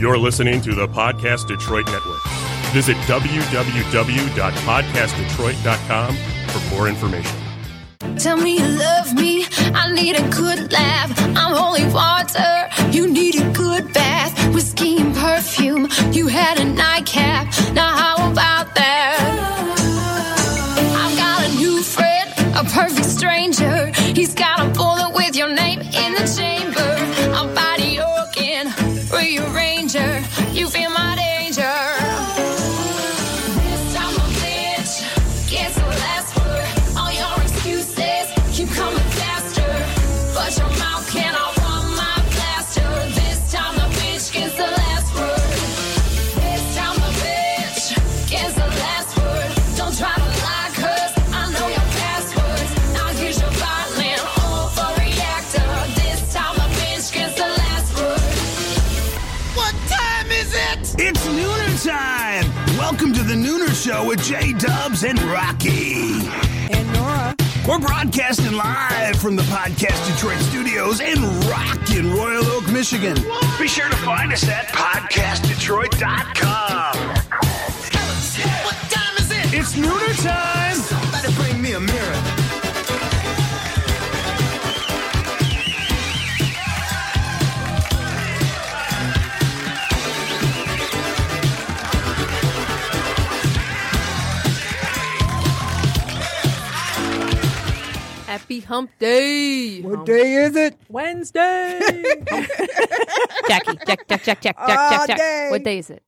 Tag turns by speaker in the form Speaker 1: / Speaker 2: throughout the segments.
Speaker 1: You're listening to the Podcast Detroit Network. Visit www.podcastdetroit.com for more information.
Speaker 2: Tell me you love me. I need a good laugh. I'm holy water. You need a good bath. Whiskey and perfume. You had a nightcap. Now, how about that? I've got a new friend, a perfect stranger. He's got a bullet with your name in the chamber. I'll body organ, rearranger. You feel my danger. This time I'll ditch. Cancel last word. All your excuses keep coming faster. But your mouth cannot run my blaster. This time the bitch gets the last word. This time the bitch gets the last word. Don't try to lie, cause I know your passwords. Now here's your violin overreactor. This time the bitch gets the last word.
Speaker 3: What time is it? It's nooner time. Welcome to the Nooner Show with Jay Dubs and Rocky.
Speaker 4: And Nora.
Speaker 3: We're broadcasting live from the Podcast Detroit studios in Rockin' Royal Oak, Michigan. Be sure to find us at podcastdetroit.com.
Speaker 4: What time is it?
Speaker 3: It's nooner time.
Speaker 4: Somebody bring me a mirror.
Speaker 5: Happy hump day.
Speaker 6: What day is it?
Speaker 5: Wednesday. Jackie, Jack, Jack, Jack, Jack, Jack,
Speaker 6: All
Speaker 5: Jack, Jack.
Speaker 6: day.
Speaker 5: What day is it?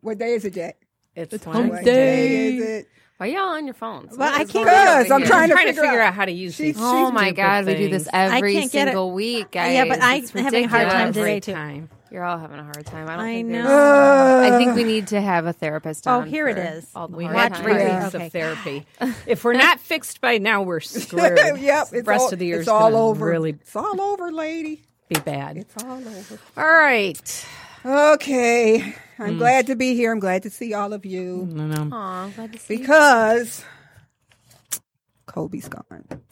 Speaker 6: What day is it, Jack?
Speaker 5: It's,
Speaker 6: What
Speaker 5: hump
Speaker 6: day
Speaker 5: day.
Speaker 6: is it?
Speaker 5: Why y'all on your phones?
Speaker 7: Well,
Speaker 5: What
Speaker 7: I
Speaker 5: is
Speaker 7: can't
Speaker 5: going on
Speaker 7: get
Speaker 5: over
Speaker 6: Because I'm
Speaker 5: here?
Speaker 6: trying to
Speaker 5: to
Speaker 6: figure
Speaker 5: figure
Speaker 6: out-
Speaker 5: out how to use
Speaker 6: She's-
Speaker 5: these.
Speaker 6: she's
Speaker 5: Oh my
Speaker 6: doing
Speaker 5: God, we do
Speaker 7: things.
Speaker 5: this every
Speaker 7: I can't get it. Uh,
Speaker 5: single week, guys.
Speaker 7: Yeah, but I-
Speaker 5: It's
Speaker 7: I'm having a hard time
Speaker 5: ridiculous.
Speaker 7: today, too.
Speaker 5: Time. You're all having a hard time. I, don't
Speaker 7: I
Speaker 5: think
Speaker 7: know.
Speaker 5: there's-
Speaker 6: Uh,
Speaker 5: I think we need to have a therapist.
Speaker 7: Oh,
Speaker 5: on
Speaker 7: here it
Speaker 5: for
Speaker 7: is.
Speaker 5: All the
Speaker 7: We
Speaker 5: hard
Speaker 7: watch
Speaker 5: times.
Speaker 7: Watch Reels.
Speaker 6: Yeah.
Speaker 7: Okay.
Speaker 4: of therapy. If we're not fixed by now, we're screwed.
Speaker 6: yep.
Speaker 4: the
Speaker 6: It's
Speaker 4: rest
Speaker 6: all,
Speaker 4: of the year
Speaker 6: it's
Speaker 4: is
Speaker 6: all
Speaker 4: gonna
Speaker 6: over.
Speaker 4: really
Speaker 6: It's all over, lady.
Speaker 4: be bad.
Speaker 6: It's all over.
Speaker 4: All right.
Speaker 6: Okay.
Speaker 4: Hmm.
Speaker 6: I'm glad to be here. I'm glad to see all of you
Speaker 4: Mm-hmm.
Speaker 5: Aw, glad to see you.
Speaker 6: because Kobe's gone.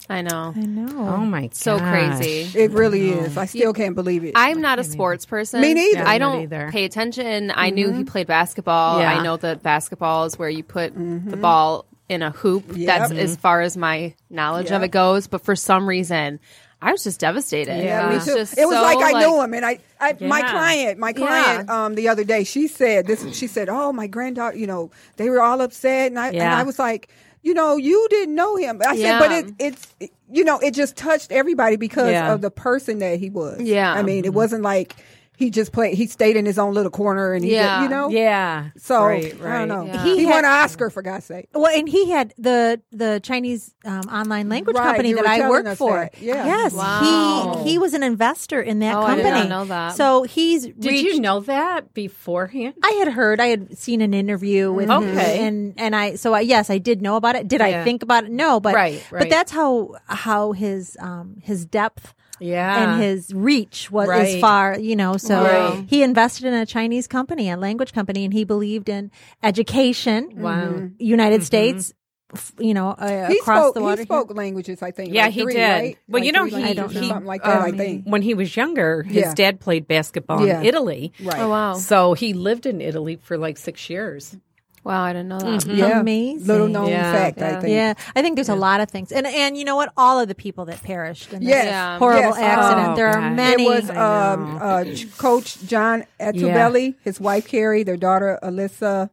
Speaker 5: I know.
Speaker 4: Oh my god.
Speaker 5: So crazy.
Speaker 6: It really is. I still can't believe it.
Speaker 5: I'm not a sports person.
Speaker 6: Me neither. Mm-hmm. Yeah,
Speaker 5: I
Speaker 4: I'm not
Speaker 5: don't
Speaker 4: either.
Speaker 5: pay attention. I knew he played basketball.
Speaker 4: Yeah.
Speaker 5: I know that basketball is where you put
Speaker 6: Mm-hmm.
Speaker 5: the ball in a hoop. That's as far as my knowledge of
Speaker 6: Yep.
Speaker 5: it goes. But for some reason, I was just devastated.
Speaker 6: Yeah, me
Speaker 5: It was
Speaker 6: too.
Speaker 5: just
Speaker 6: it was
Speaker 5: so,
Speaker 6: like I knew him, and I, I my
Speaker 4: Yeah.
Speaker 6: client, my client, um, the other day, she said this. She said, "Oh, my granddaughter, you know, they were all upset," and I, and
Speaker 4: Yeah.
Speaker 6: I was like, "You know, you didn't know him." I said,
Speaker 5: Yeah.
Speaker 6: "But it, it's, you know, it just touched everybody because
Speaker 4: Yeah.
Speaker 6: of the person that he was."
Speaker 5: Yeah.
Speaker 6: I mean, it wasn't like he just played. He stayed in his own little corner, and he,
Speaker 5: Yeah.
Speaker 6: did, you know,
Speaker 4: Yeah.
Speaker 6: So
Speaker 4: right, right.
Speaker 6: I don't know.
Speaker 5: Yeah.
Speaker 6: He,
Speaker 7: He
Speaker 6: won an
Speaker 7: had-
Speaker 6: Oscar for God's sake.
Speaker 7: Well, and he had the the Chinese um, online language
Speaker 6: Right,
Speaker 7: company
Speaker 6: you
Speaker 7: that
Speaker 6: were
Speaker 7: I
Speaker 6: telling
Speaker 7: work
Speaker 6: us
Speaker 7: for.
Speaker 6: that. Yeah.
Speaker 7: Yes,
Speaker 5: Wow.
Speaker 7: he he was an investor in that
Speaker 5: Oh, I did
Speaker 7: company.
Speaker 5: not know that.
Speaker 7: So he's
Speaker 4: Did you know that beforehand?
Speaker 7: I had heard, I had seen an interview with him,
Speaker 4: Okay.
Speaker 7: and and I so I, yes, I did know about it. Did I
Speaker 4: Yeah.
Speaker 7: think about it? No, but
Speaker 4: Right, right.
Speaker 7: but that's how how his um his depth
Speaker 4: Yeah.
Speaker 6: Ah.
Speaker 7: and his reach was
Speaker 4: Right.
Speaker 7: as far you know. So
Speaker 4: Right.
Speaker 7: he invested in a Chinese company, a language company, and he believed in education.
Speaker 4: Wow. Mhm.
Speaker 7: United States, f- you know, uh,
Speaker 6: Mm-hmm. He
Speaker 7: across
Speaker 6: spoke.
Speaker 7: the water.
Speaker 6: he
Speaker 7: here.
Speaker 6: spoke languages, I think.
Speaker 4: Yeah,
Speaker 6: like
Speaker 4: he
Speaker 6: three,
Speaker 4: did.
Speaker 6: Right?
Speaker 4: Well,
Speaker 6: Like
Speaker 4: you know,
Speaker 6: three
Speaker 4: he,
Speaker 6: languages or
Speaker 4: he
Speaker 6: something like that. I
Speaker 4: um,
Speaker 6: think.
Speaker 4: when he was younger, his
Speaker 6: Yeah.
Speaker 4: dad played basketball
Speaker 6: Yeah.
Speaker 4: in Italy.
Speaker 6: Right.
Speaker 5: Oh wow!
Speaker 4: So he lived in Italy for like six years.
Speaker 5: Wow, I didn't know that.
Speaker 6: Yeah.
Speaker 7: Amazing.
Speaker 6: Little known
Speaker 4: Yeah.
Speaker 6: fact, I
Speaker 5: Yeah.
Speaker 6: think.
Speaker 7: Yeah, I think there's a lot of things, and and you know what? All of the people that perished in this
Speaker 6: Yes.
Speaker 5: Yeah.
Speaker 6: Yes.
Speaker 7: horrible accident.
Speaker 4: Oh,
Speaker 7: there are
Speaker 4: God. It
Speaker 7: many.
Speaker 6: It was
Speaker 4: I
Speaker 6: um,
Speaker 4: know.
Speaker 6: uh, Ch- Coach John Etubelli, his wife Carrie, their daughter Alyssa,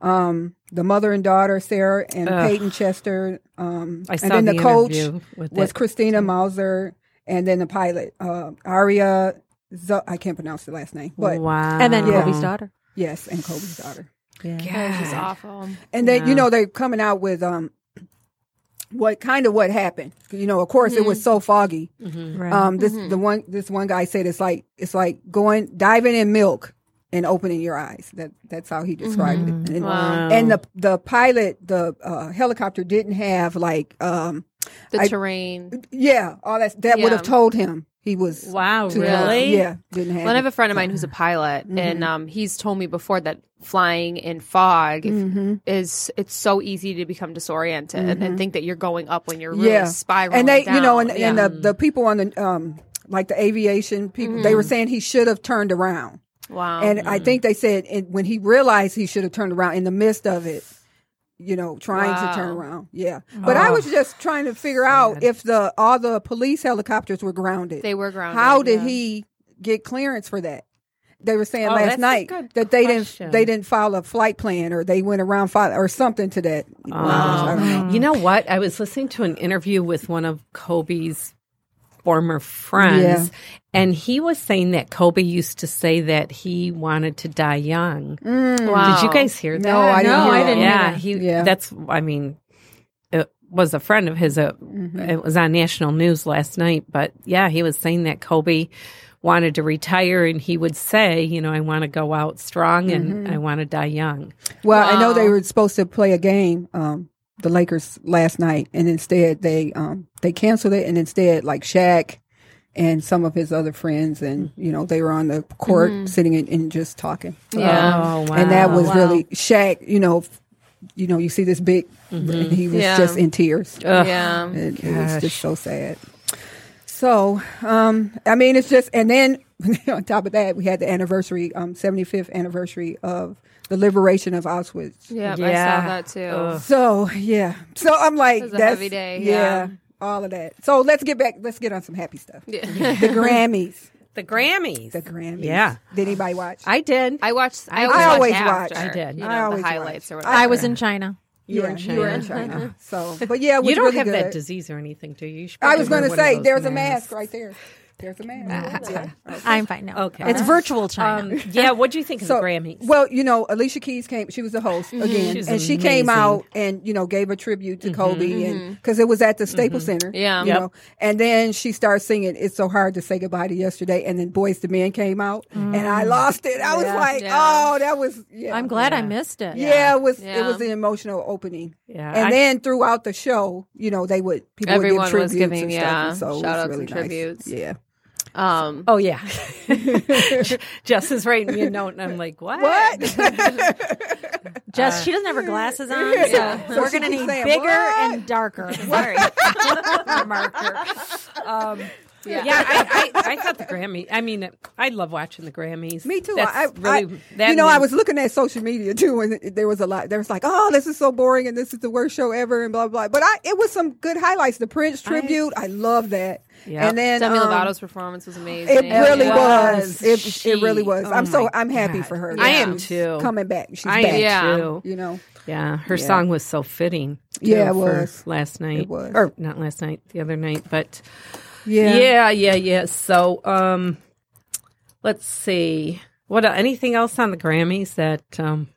Speaker 6: um, the mother and daughter Sarah and Peyton Chester, um,
Speaker 4: I
Speaker 6: and
Speaker 4: saw
Speaker 6: then the,
Speaker 4: the
Speaker 6: coach
Speaker 4: interview with
Speaker 6: was
Speaker 4: it.
Speaker 6: Christina Mauser, and then the pilot uh, Aria. Zo- I can't pronounce the last name, but
Speaker 4: wow.
Speaker 7: and then
Speaker 6: Yeah.
Speaker 7: Kobe's daughter.
Speaker 6: yes, and Kobe's daughter.
Speaker 5: That was awful.
Speaker 6: And then you know they're coming out with um, what kind of what happened? You know, of course it
Speaker 4: Mm-hmm.
Speaker 6: was so foggy.
Speaker 7: Right.
Speaker 6: Um, this
Speaker 5: Mm-hmm.
Speaker 6: the one this one guy said it's like it's like going diving in milk and opening your eyes. That that's how he described it. And,
Speaker 5: Mm-hmm. Wow.
Speaker 6: and the the pilot the uh, helicopter didn't have like um
Speaker 5: The
Speaker 6: I-
Speaker 5: terrain.
Speaker 6: yeah all that that would have
Speaker 5: Yeah.
Speaker 6: told him he was
Speaker 4: Wow,
Speaker 6: too-
Speaker 4: really?
Speaker 6: yeah didn't have
Speaker 5: Well, I have
Speaker 6: it.
Speaker 5: a friend of mine who's a pilot,
Speaker 6: Mm-hmm.
Speaker 5: and um, he's told me before that flying in fog if-
Speaker 6: Mm-hmm.
Speaker 5: is it's so easy to become disoriented and think that you're going up when you're really
Speaker 6: yeah
Speaker 5: spiraling.
Speaker 6: and they you know
Speaker 5: down.
Speaker 6: and,
Speaker 5: Yeah. Mm-hmm.
Speaker 6: and the the people on the um like the aviation people they were saying he should have turned around
Speaker 5: Wow.
Speaker 6: And I think they said and when he realized he should have turned around in the midst of it, you know, trying to turn
Speaker 5: Wow. Oh.
Speaker 6: around. Yeah. But I was just trying to figure out if the all the police helicopters were grounded.
Speaker 5: They were grounded,
Speaker 6: How did
Speaker 5: yeah.
Speaker 6: he get clearance for that? They were saying
Speaker 5: Oh, that's
Speaker 6: last
Speaker 5: a
Speaker 6: night
Speaker 5: good
Speaker 6: that they
Speaker 8: question.
Speaker 6: didn't they didn't file a flight plan or they went around file or something to that. I don't know.
Speaker 7: Oh.
Speaker 8: You know what? I was listening to an interview with one of Kobe's former friends,
Speaker 6: Yeah.
Speaker 8: and he was saying that Kobe used to say that he wanted to die young.
Speaker 5: Wow.
Speaker 8: Did you guys hear that?
Speaker 6: Oh. No, I didn't.
Speaker 7: No,
Speaker 6: hear
Speaker 7: I
Speaker 6: that.
Speaker 7: didn't hear
Speaker 8: yeah,
Speaker 7: that.
Speaker 8: he.
Speaker 6: Yeah.
Speaker 8: That's. I mean, it was a friend of his. Uh,
Speaker 6: Mm-hmm.
Speaker 8: It was on national news last night, but yeah, he was saying that Kobe wanted to retire, and he would say, you know, I want to go out strong, and
Speaker 6: Mm-hmm.
Speaker 8: I want to die young.
Speaker 6: Well, I know they were supposed to play a game, um, the Lakers last night, and instead they um, they canceled it, and instead like Shaq and some of his other friends, and you know they were on the court sitting and, and just talking.
Speaker 5: Mm-hmm.
Speaker 6: Uh,
Speaker 5: Yeah.
Speaker 8: Oh, wow.
Speaker 6: and that was really Shaq. You know, f- you know, you see this big,
Speaker 8: Mm-hmm.
Speaker 6: and he was
Speaker 5: Yeah.
Speaker 6: just in tears.
Speaker 5: yeah.
Speaker 6: It, it was just so sad. So, um, I mean, it's just, and then on top of that, we had the anniversary, um, 75th anniversary of the liberation of Auschwitz.
Speaker 5: Yeah, I
Speaker 8: Yeah.
Speaker 5: saw that too.
Speaker 6: So, yeah. So I'm like,
Speaker 5: was a
Speaker 6: that's
Speaker 5: heavy day, yeah.
Speaker 6: All of that. So let's get back. Let's get on some happy stuff. The Grammys.
Speaker 8: the Grammys.
Speaker 6: The Grammys.
Speaker 8: Yeah.
Speaker 6: Did anybody watch?
Speaker 8: I did.
Speaker 5: I watched. I,
Speaker 6: I
Speaker 5: always
Speaker 6: always
Speaker 5: watch.
Speaker 6: watch.
Speaker 5: after,
Speaker 6: I
Speaker 8: did.
Speaker 5: You
Speaker 6: I
Speaker 5: know, the
Speaker 6: always watch.
Speaker 5: highlights or
Speaker 6: Oh,
Speaker 5: whatever.
Speaker 7: I was in China.
Speaker 8: you were in
Speaker 6: Yeah, you were in
Speaker 8: China.
Speaker 6: China. so, but yeah, it was
Speaker 8: You don't
Speaker 6: really
Speaker 8: have that
Speaker 6: good.
Speaker 8: disease or anything, do you? You should
Speaker 6: I was going to
Speaker 8: probably wear one of
Speaker 6: say,
Speaker 8: those
Speaker 6: there's a
Speaker 8: masks.
Speaker 6: mask right there. There's a mask. Yeah.
Speaker 7: I'm fine now.
Speaker 8: Okay.
Speaker 7: It's virtual China.
Speaker 8: Um, yeah, what do you think of
Speaker 6: So,
Speaker 8: the Grammys?
Speaker 6: Well, you know, Alicia Keys came. She was the host
Speaker 5: Mm-hmm.
Speaker 6: again,
Speaker 8: She's
Speaker 6: and she came
Speaker 8: amazing.
Speaker 6: out and you know gave a tribute to Kobe, and because it was at the Staples Center.
Speaker 5: Mm-hmm. Yeah.
Speaker 6: you know. And then she starts singing "It's So Hard to Say Goodbye to Yesterday," and then Boys to Men came out, and I lost it. I was like,
Speaker 5: Mm. Yeah.
Speaker 6: oh, that was. Yeah.
Speaker 7: I'm glad I missed it.
Speaker 6: Yeah, it was it
Speaker 5: Yeah.
Speaker 6: was an emotional opening.
Speaker 8: Yeah,
Speaker 6: and
Speaker 8: I-
Speaker 6: then throughout the show, you know, they would people
Speaker 5: Everyone
Speaker 6: would give
Speaker 5: was
Speaker 6: tributes
Speaker 5: giving,
Speaker 6: and
Speaker 5: yeah,
Speaker 6: stuff, and so
Speaker 5: shout-outs
Speaker 6: it was really
Speaker 5: and
Speaker 6: nice.
Speaker 5: tributes.
Speaker 6: Yeah.
Speaker 5: Um,
Speaker 8: oh, yeah. Jess is writing me a note, and I'm like, what?
Speaker 6: What?
Speaker 7: Just she doesn't have her glasses on. So
Speaker 6: So
Speaker 7: we're
Speaker 6: she
Speaker 7: gonna
Speaker 6: keeps
Speaker 7: need
Speaker 6: saying,
Speaker 7: bigger
Speaker 6: "What?"
Speaker 7: and darker.
Speaker 5: sorry.
Speaker 7: marker.
Speaker 8: Um, Yeah, I, I, I thought the Grammy. I mean, I love watching the Grammys.
Speaker 6: Me too.
Speaker 8: That's
Speaker 6: I,
Speaker 8: really,
Speaker 6: I,
Speaker 8: that
Speaker 6: you know, I
Speaker 8: means-
Speaker 6: was looking at social media too, and it- there was a lot. There was like, "Oh, this is so boring, and this is the worst show ever," and blah blah. But I, it was some good highlights. The Prince tribute, I, love that.
Speaker 8: Yeah.
Speaker 6: And then
Speaker 5: Demi
Speaker 6: um,
Speaker 5: Lovato's performance was amazing.
Speaker 6: it really was.
Speaker 8: was.
Speaker 6: It,
Speaker 8: She-
Speaker 6: it really was.
Speaker 8: oh
Speaker 6: I'm so
Speaker 8: my
Speaker 6: I'm happy
Speaker 8: God.
Speaker 6: for her.
Speaker 8: I
Speaker 6: that
Speaker 8: am
Speaker 6: she's
Speaker 8: too.
Speaker 6: Coming back, she's
Speaker 8: I
Speaker 6: back.
Speaker 8: am
Speaker 5: Yeah.
Speaker 8: too.
Speaker 6: You know,
Speaker 8: Yeah, her song was so fitting. too,
Speaker 6: Yeah, it
Speaker 8: for
Speaker 6: was.
Speaker 8: last night.
Speaker 6: It was.
Speaker 8: or not last night, the other night. But
Speaker 6: yeah,
Speaker 8: yeah, yeah, yeah. So, um, let's see. What uh, anything else on the Grammys that um,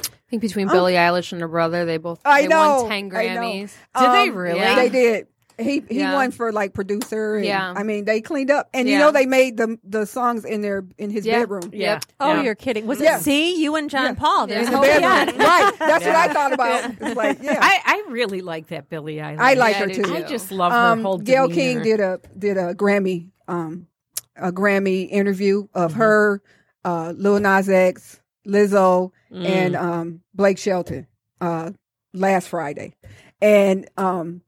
Speaker 5: I think between Billie Eilish and her brother, they both
Speaker 6: I
Speaker 5: they
Speaker 6: know.
Speaker 5: won ten
Speaker 6: I know.
Speaker 5: Grammys.
Speaker 8: Did they
Speaker 6: Um,
Speaker 8: really?
Speaker 5: Yeah.
Speaker 6: They did. He he
Speaker 5: Yeah.
Speaker 6: won for like producer. And,
Speaker 5: Yeah.
Speaker 6: I mean, they cleaned up, and you
Speaker 5: Yeah.
Speaker 6: know, they made the the songs in their in his
Speaker 5: Yeah.
Speaker 6: bedroom.
Speaker 5: Yep.
Speaker 7: Oh,
Speaker 8: Yeah.
Speaker 7: you're kidding. Was
Speaker 6: Yeah.
Speaker 7: it see you and John Paul? There's
Speaker 6: In the
Speaker 7: hope yet.
Speaker 6: bedroom. right? That's what I thought about. It's like, yeah.
Speaker 8: I, I really like that Billie Eilish.
Speaker 6: I like
Speaker 5: Yeah,
Speaker 6: her
Speaker 5: I
Speaker 6: too.
Speaker 5: do,
Speaker 8: I
Speaker 5: too.
Speaker 8: just love her
Speaker 6: Um,
Speaker 8: whole.
Speaker 6: Gail
Speaker 8: demeanor.
Speaker 6: King did a did a Grammy um, a Grammy interview of
Speaker 8: Mm-hmm.
Speaker 6: her, uh, Lil Nas X, Lizzo, and
Speaker 8: Mm.
Speaker 6: um, Blake Shelton uh, last Friday, and um,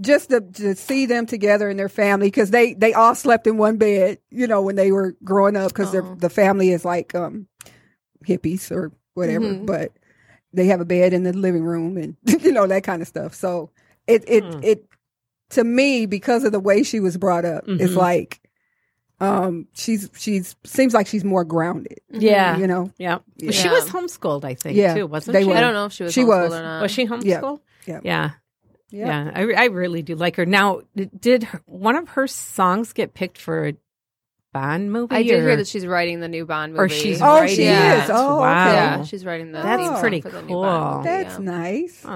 Speaker 6: just to, to see them together and their family because they they all slept in one bed, you know, when they were growing up because
Speaker 8: Uh-huh.
Speaker 5: Oh.
Speaker 6: the family is like um, hippies or whatever,
Speaker 8: Mm-hmm.
Speaker 5: Mhm.
Speaker 6: but they have a bed in the living room and you know that kind of stuff. So it it it to me because of the way she was brought up, it's like um she's she's seems like she's more grounded.
Speaker 8: Yeah.
Speaker 6: you know.
Speaker 8: Yeah.
Speaker 6: Yeah.
Speaker 8: She was homeschooled, I think,
Speaker 6: Yeah,
Speaker 8: too, wasn't
Speaker 6: they
Speaker 8: she?
Speaker 6: were.
Speaker 5: I don't know if she was.
Speaker 6: She
Speaker 5: She
Speaker 6: was.
Speaker 5: was. Or not.
Speaker 8: Was she homeschooled?
Speaker 6: Yeah.
Speaker 8: Yeah.
Speaker 6: Yeah.
Speaker 8: Yeah. I, re- I really do like her. Now, d- did her, one of her songs get picked for a Bond movie?
Speaker 5: I did
Speaker 8: or-
Speaker 5: hear that she's writing the new Bond movie.
Speaker 8: Or she's
Speaker 6: Oh,
Speaker 8: writing
Speaker 6: she
Speaker 8: it.
Speaker 5: is.
Speaker 6: Oh,
Speaker 8: wow.
Speaker 6: okay.
Speaker 5: Yeah, she's writing the.
Speaker 8: That's
Speaker 5: theme song
Speaker 8: pretty
Speaker 5: for the new Bond
Speaker 8: cool.
Speaker 5: movie,
Speaker 6: That's
Speaker 5: Oh, yeah.
Speaker 6: nice.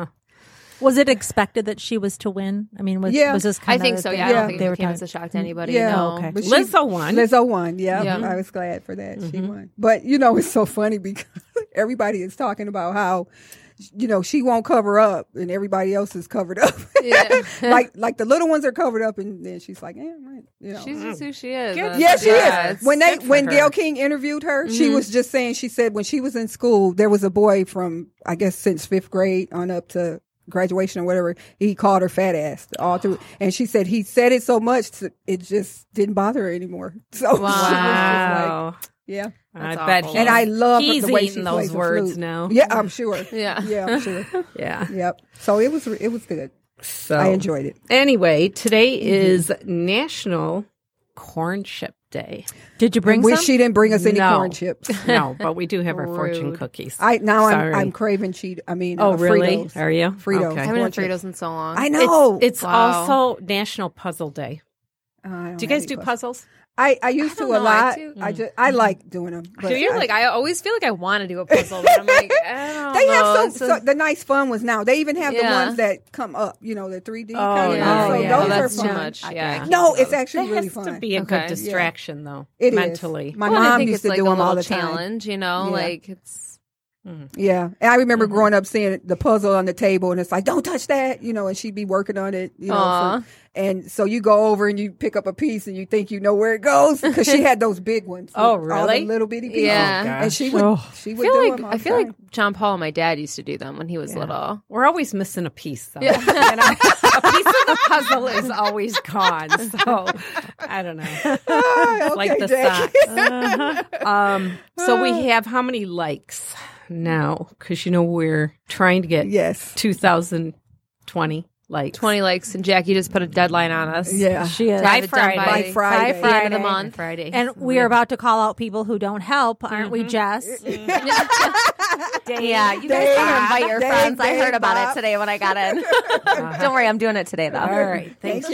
Speaker 7: Was it expected that she was to win? I mean, was,
Speaker 6: Yeah.
Speaker 7: was this
Speaker 5: I
Speaker 7: kind
Speaker 5: think
Speaker 7: of
Speaker 5: so.
Speaker 7: the-
Speaker 5: Yeah, I
Speaker 6: Yeah.
Speaker 5: don't think
Speaker 7: they
Speaker 5: it
Speaker 7: were
Speaker 5: came
Speaker 7: talking
Speaker 5: as
Speaker 7: Mm.
Speaker 5: a shock to anybody.
Speaker 6: Yeah.
Speaker 5: no.
Speaker 7: okay.
Speaker 6: But she-
Speaker 8: Lizzo won.
Speaker 6: Lizzo won. Yeah,
Speaker 5: Yeah.
Speaker 6: I was glad for that. She won. But you know, it's so funny because everybody is talking about how you know she won't cover up and everybody else is covered up.
Speaker 5: Yeah.
Speaker 6: like like the little ones are covered up and then she's like, eh, right, you know.
Speaker 5: She's just who she is. That's-
Speaker 6: Yeah, she is.
Speaker 5: it's-
Speaker 6: When they
Speaker 8: Uh, good for
Speaker 6: when
Speaker 8: her. Mm-hmm.
Speaker 6: Gail King interviewed her, she was just saying she said when she was in school, there was a boy from I guess since fifth grade on up to graduation or whatever. He called her fat ass all through, and she said he said it so much to, it just didn't bother her anymore. So she was just like,
Speaker 8: Wow.
Speaker 6: Yeah.
Speaker 5: That's
Speaker 8: I bet
Speaker 5: awful.
Speaker 8: he,
Speaker 6: And I love her-
Speaker 8: he's
Speaker 6: the way she
Speaker 8: eating those
Speaker 6: plays the
Speaker 8: words
Speaker 6: flute.
Speaker 8: now.
Speaker 6: Yeah, I'm sure.
Speaker 5: Yeah.
Speaker 6: Yeah, I'm sure.
Speaker 8: Yeah.
Speaker 6: Yep. So it was it was good.
Speaker 8: So
Speaker 6: I enjoyed it.
Speaker 8: Anyway, today is National Corn Chip Day.
Speaker 7: Did you bring
Speaker 6: Wish
Speaker 7: some?
Speaker 6: she didn't bring us any
Speaker 8: No.
Speaker 6: corn chips.
Speaker 8: No, but we do have our
Speaker 5: Rude.
Speaker 8: fortune cookies.
Speaker 6: I now
Speaker 8: Sorry.
Speaker 6: I'm I'm craving cheat. I mean,
Speaker 8: Oh,
Speaker 6: uh,
Speaker 8: really?
Speaker 6: Fritos.
Speaker 8: Are you
Speaker 6: Fritos.
Speaker 8: Okay.
Speaker 5: I haven't had Fritos in so long.
Speaker 6: I
Speaker 8: It's-
Speaker 6: know.
Speaker 8: It's,
Speaker 5: Wow.
Speaker 8: also National Puzzle Day.
Speaker 5: Oh,
Speaker 6: Uh, I don't
Speaker 8: Do you guys
Speaker 6: have
Speaker 8: do
Speaker 6: any
Speaker 8: puzzles?
Speaker 6: I, I used
Speaker 5: I don't
Speaker 6: to a
Speaker 5: know, I Mm.
Speaker 6: lot.
Speaker 5: do.
Speaker 8: Mm.
Speaker 6: I just I like doing them. But
Speaker 5: do you
Speaker 6: I-
Speaker 5: like? I always feel like I want to do a puzzle, but I'm like, I don't
Speaker 6: They
Speaker 5: know.
Speaker 6: have
Speaker 5: This
Speaker 6: so,
Speaker 5: is-
Speaker 6: so the nice fun ones now. They even have
Speaker 5: Yeah.
Speaker 6: the ones that come up. You know, the 3D kind of.
Speaker 8: yeah.
Speaker 6: ones.
Speaker 8: Oh,
Speaker 6: so
Speaker 8: yeah.
Speaker 6: those
Speaker 8: Oh,
Speaker 6: are
Speaker 5: that's
Speaker 6: fun.
Speaker 5: too much. Yeah. I
Speaker 6: No,
Speaker 5: can't do
Speaker 6: it's
Speaker 5: those.
Speaker 6: actually
Speaker 8: That
Speaker 6: really
Speaker 8: has to
Speaker 6: fun.
Speaker 8: be a
Speaker 5: Okay. Yeah.
Speaker 8: good distraction, though.
Speaker 6: It is.
Speaker 8: mentally.
Speaker 6: My
Speaker 5: Well, and I
Speaker 6: mom
Speaker 5: think
Speaker 6: used
Speaker 5: it's
Speaker 6: to
Speaker 5: like
Speaker 6: do
Speaker 5: a
Speaker 6: them all
Speaker 5: little
Speaker 6: the time.
Speaker 5: challenge, you know,
Speaker 6: Yeah.
Speaker 5: like it's
Speaker 6: Yeah, and I remember growing up seeing the puzzle on the table, and it's like, "Don't touch that," you know. And she'd be working on it, you know. for-
Speaker 5: Aw.
Speaker 6: and so you go over and you pick up a piece, and you think you know where it goes because she had those big ones.
Speaker 8: Oh,
Speaker 6: with all the
Speaker 8: really?
Speaker 6: little bitty pieces.
Speaker 5: Yeah. Oh,
Speaker 6: and she would. She
Speaker 5: I
Speaker 6: would do
Speaker 5: feel
Speaker 6: them.
Speaker 5: like
Speaker 6: all
Speaker 5: I
Speaker 6: the
Speaker 5: feel like
Speaker 6: time.
Speaker 5: John Paul and my dad used to do them when he was little.
Speaker 8: We're always missing a piece, though. You know? a piece of the puzzle is always gone. So I don't know.
Speaker 6: Ah,
Speaker 8: like
Speaker 6: okay,
Speaker 8: the
Speaker 6: Jackie.
Speaker 8: socks. Um, so we have how many likes now? Because you know we're trying to get
Speaker 6: yes.
Speaker 8: 2020 likes.
Speaker 5: Twenty likes, and Jackie just put a deadline on us.
Speaker 6: Yeah.
Speaker 7: She is.
Speaker 5: To have
Speaker 8: By
Speaker 5: it done
Speaker 8: Friday.
Speaker 5: by
Speaker 6: By Friday.
Speaker 5: the end of
Speaker 7: Friday.
Speaker 5: the month, Friday,
Speaker 7: And we are about to call out people who don't help, aren't
Speaker 5: Mm-hmm.
Speaker 7: we, Jess?
Speaker 9: Yeah,
Speaker 6: Dang,
Speaker 9: you guys can invite your
Speaker 6: dang,
Speaker 9: friends. I
Speaker 6: dang,
Speaker 9: heard about
Speaker 6: Bob.
Speaker 9: it today when I got in. Don't worry, I'm doing it today though.
Speaker 8: All right.
Speaker 6: Thank
Speaker 8: Thanks,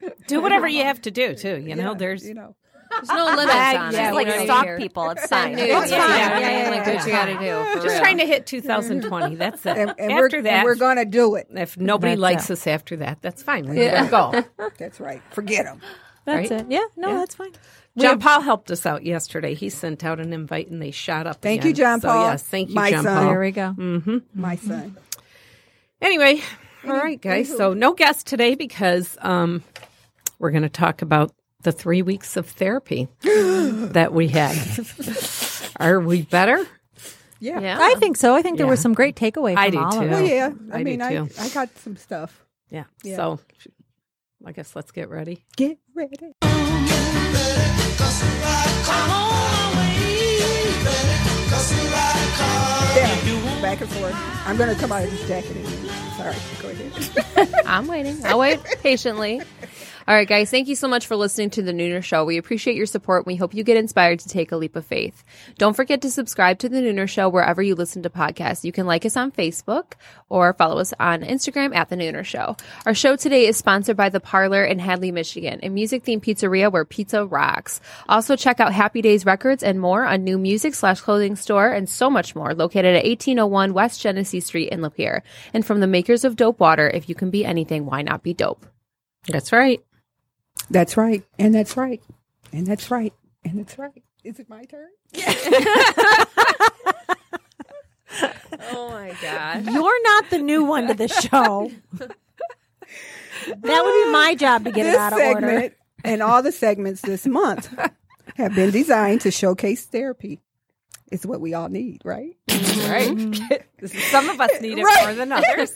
Speaker 6: you.
Speaker 8: Do whatever you have to do, too. You know,
Speaker 6: Yeah,
Speaker 8: there's
Speaker 6: you know.
Speaker 5: there's no limits
Speaker 9: Yeah,
Speaker 5: on
Speaker 9: just
Speaker 5: it.
Speaker 9: like
Speaker 5: you know,
Speaker 9: stalk
Speaker 5: you're-
Speaker 9: people. It's
Speaker 5: Send
Speaker 9: fine.
Speaker 5: nudes,
Speaker 9: It's
Speaker 5: you know what
Speaker 9: fine.
Speaker 5: I
Speaker 9: Yeah,
Speaker 5: mean?
Speaker 9: yeah,
Speaker 5: Like,
Speaker 9: yeah,
Speaker 5: do what you
Speaker 9: yeah.
Speaker 5: gotta do. for
Speaker 8: just
Speaker 5: real.
Speaker 8: trying to hit 2020. That's it.
Speaker 6: And, and
Speaker 8: after
Speaker 6: we're,
Speaker 8: that,
Speaker 6: and we're gonna do it.
Speaker 8: if nobody
Speaker 7: That's
Speaker 8: likes
Speaker 7: it.
Speaker 8: us after that, that's fine. We're
Speaker 5: Yeah.
Speaker 8: gonna go.
Speaker 6: That's right. Forget them.
Speaker 7: That's
Speaker 8: Right?
Speaker 7: it. Yeah, no, that's fine.
Speaker 8: John Paul helped us out yesterday. He sent out an invite and they shot up.
Speaker 6: Thank
Speaker 8: again.
Speaker 6: you, John
Speaker 8: So,
Speaker 6: Paul.
Speaker 8: yes, thank you,
Speaker 6: My
Speaker 8: John
Speaker 6: son.
Speaker 8: Paul.
Speaker 7: There we go.
Speaker 5: Mm.
Speaker 6: My
Speaker 8: Mm-hmm.
Speaker 6: son.
Speaker 8: Anyway, all right, guys. So no guest today because um, we're going to talk about the three weeks of therapy that we had. Are we better?
Speaker 6: Yeah.
Speaker 5: Yeah.
Speaker 7: I think so. I think there
Speaker 8: Yeah.
Speaker 7: was some great takeaway from
Speaker 8: I do
Speaker 7: all
Speaker 8: too.
Speaker 7: of
Speaker 6: Well,
Speaker 7: it.
Speaker 6: yeah. I,
Speaker 8: I do
Speaker 6: mean, I,
Speaker 8: too.
Speaker 6: I got some stuff.
Speaker 8: Yeah.
Speaker 6: Yeah.
Speaker 8: So I guess let's get ready.
Speaker 6: Get ready. Yeah, back and forth. I'm gonna come out of this jacket. in a minute. Sorry, go ahead.
Speaker 5: I'm waiting. I'll wait patiently. All right, guys, thank you so much for listening to The Nooner Show. We appreciate your support. and We hope you get inspired to take a leap of faith. Don't forget to subscribe to The Nooner Show wherever you listen to podcasts. You can like us on Facebook or follow us on Instagram at The Nooner Show. Our show today is sponsored by The Parlor in Hadley, Michigan, a music themed pizzeria where pizza rocks. Also, check out Happy Days Records and more, a new music slash clothing store, and so much more located at 1801 West Genesee Street in Lapeer. And from the makers of Dope Water, if you can be anything, why not be dope?
Speaker 8: That's right.
Speaker 6: That's right, and that's right, and that's right, and that's right. Is it my turn?
Speaker 5: Oh my god.
Speaker 7: You're not the new one to the show. that would be my job to get
Speaker 6: this
Speaker 7: it out of
Speaker 6: segment
Speaker 7: order.
Speaker 6: and all the segments this month have been designed to showcase therapy. It's what we all need, right?
Speaker 5: Mm-hmm.
Speaker 8: Right. Some of us need it more than others.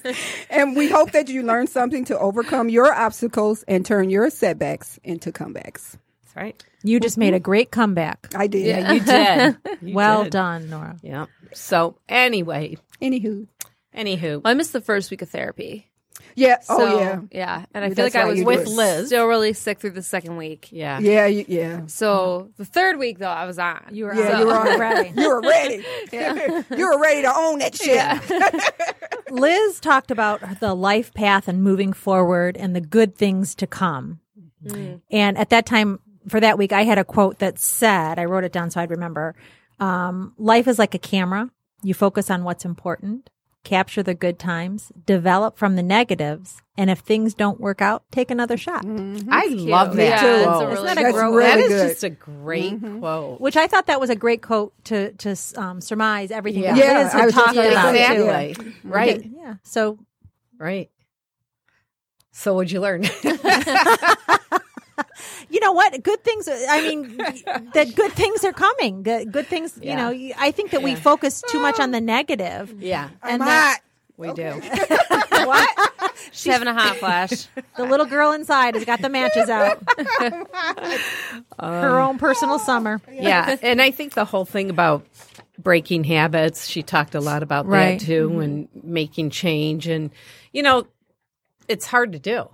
Speaker 6: And we hope that you learn something to overcome your obstacles and turn your setbacks into comebacks.
Speaker 8: That's right.
Speaker 7: You just made a great comeback.
Speaker 6: I did.
Speaker 8: You did. You
Speaker 7: well
Speaker 8: did.
Speaker 7: done, Nora.
Speaker 8: Yeah. So anyway,
Speaker 6: Anywho.
Speaker 8: anywho,
Speaker 5: Well, I missed the first week of therapy.
Speaker 6: Yeah.
Speaker 5: So,
Speaker 6: oh yeah.
Speaker 5: Yeah. And I
Speaker 6: That's
Speaker 5: feel like I
Speaker 6: why
Speaker 5: was
Speaker 6: you do
Speaker 5: with
Speaker 6: it.
Speaker 5: Liz. Still really sick through the second week.
Speaker 8: yeah.
Speaker 6: Yeah. You, yeah.
Speaker 5: So the third week though, I was on.
Speaker 7: You were
Speaker 6: Yeah.
Speaker 7: on.
Speaker 6: you were all
Speaker 7: Ready.
Speaker 6: ready. You were ready. you were ready to own that shit.
Speaker 7: Liz talked about the life path and moving forward and the good things to come.
Speaker 6: Mm.
Speaker 7: And at that time, for that week, I had a quote that said, I wrote it down so I'd remember um, life is like a camera. You focus on what's important, capture the good times, develop from the negatives. And if things don't work out, take another shot,
Speaker 8: I love
Speaker 5: Me
Speaker 8: that.
Speaker 5: too. Yeah, it's a really
Speaker 8: Isn't that,
Speaker 5: good
Speaker 8: a
Speaker 6: quote.
Speaker 8: great- that
Speaker 6: Really
Speaker 8: is
Speaker 6: good.
Speaker 8: just a great quote.
Speaker 7: which I thought that was a great quote to, to um, surmise everything that
Speaker 6: Yeah.
Speaker 7: Liz
Speaker 6: Yeah, I
Speaker 7: had
Speaker 6: was just
Speaker 7: talked
Speaker 6: gonna
Speaker 7: about.
Speaker 6: say that.
Speaker 8: Exactly. Right.
Speaker 7: Yeah. So
Speaker 8: Right. So what'd you learn?
Speaker 7: you know what? Good things. uh, I mean, that good things are coming. Good, good things.
Speaker 8: Yeah. Oh.
Speaker 7: You know, I think that we focus too much on the negative.
Speaker 8: yeah.
Speaker 7: And
Speaker 6: I'm
Speaker 7: that-
Speaker 6: hot.
Speaker 8: We do.
Speaker 5: She's having a hot flash.
Speaker 7: The little girl inside has got the matches out. Her own personal summer.
Speaker 8: yeah and i think the whole thing about breaking habits she talked a lot about
Speaker 5: Right.
Speaker 8: that too and making change and you know it's hard to do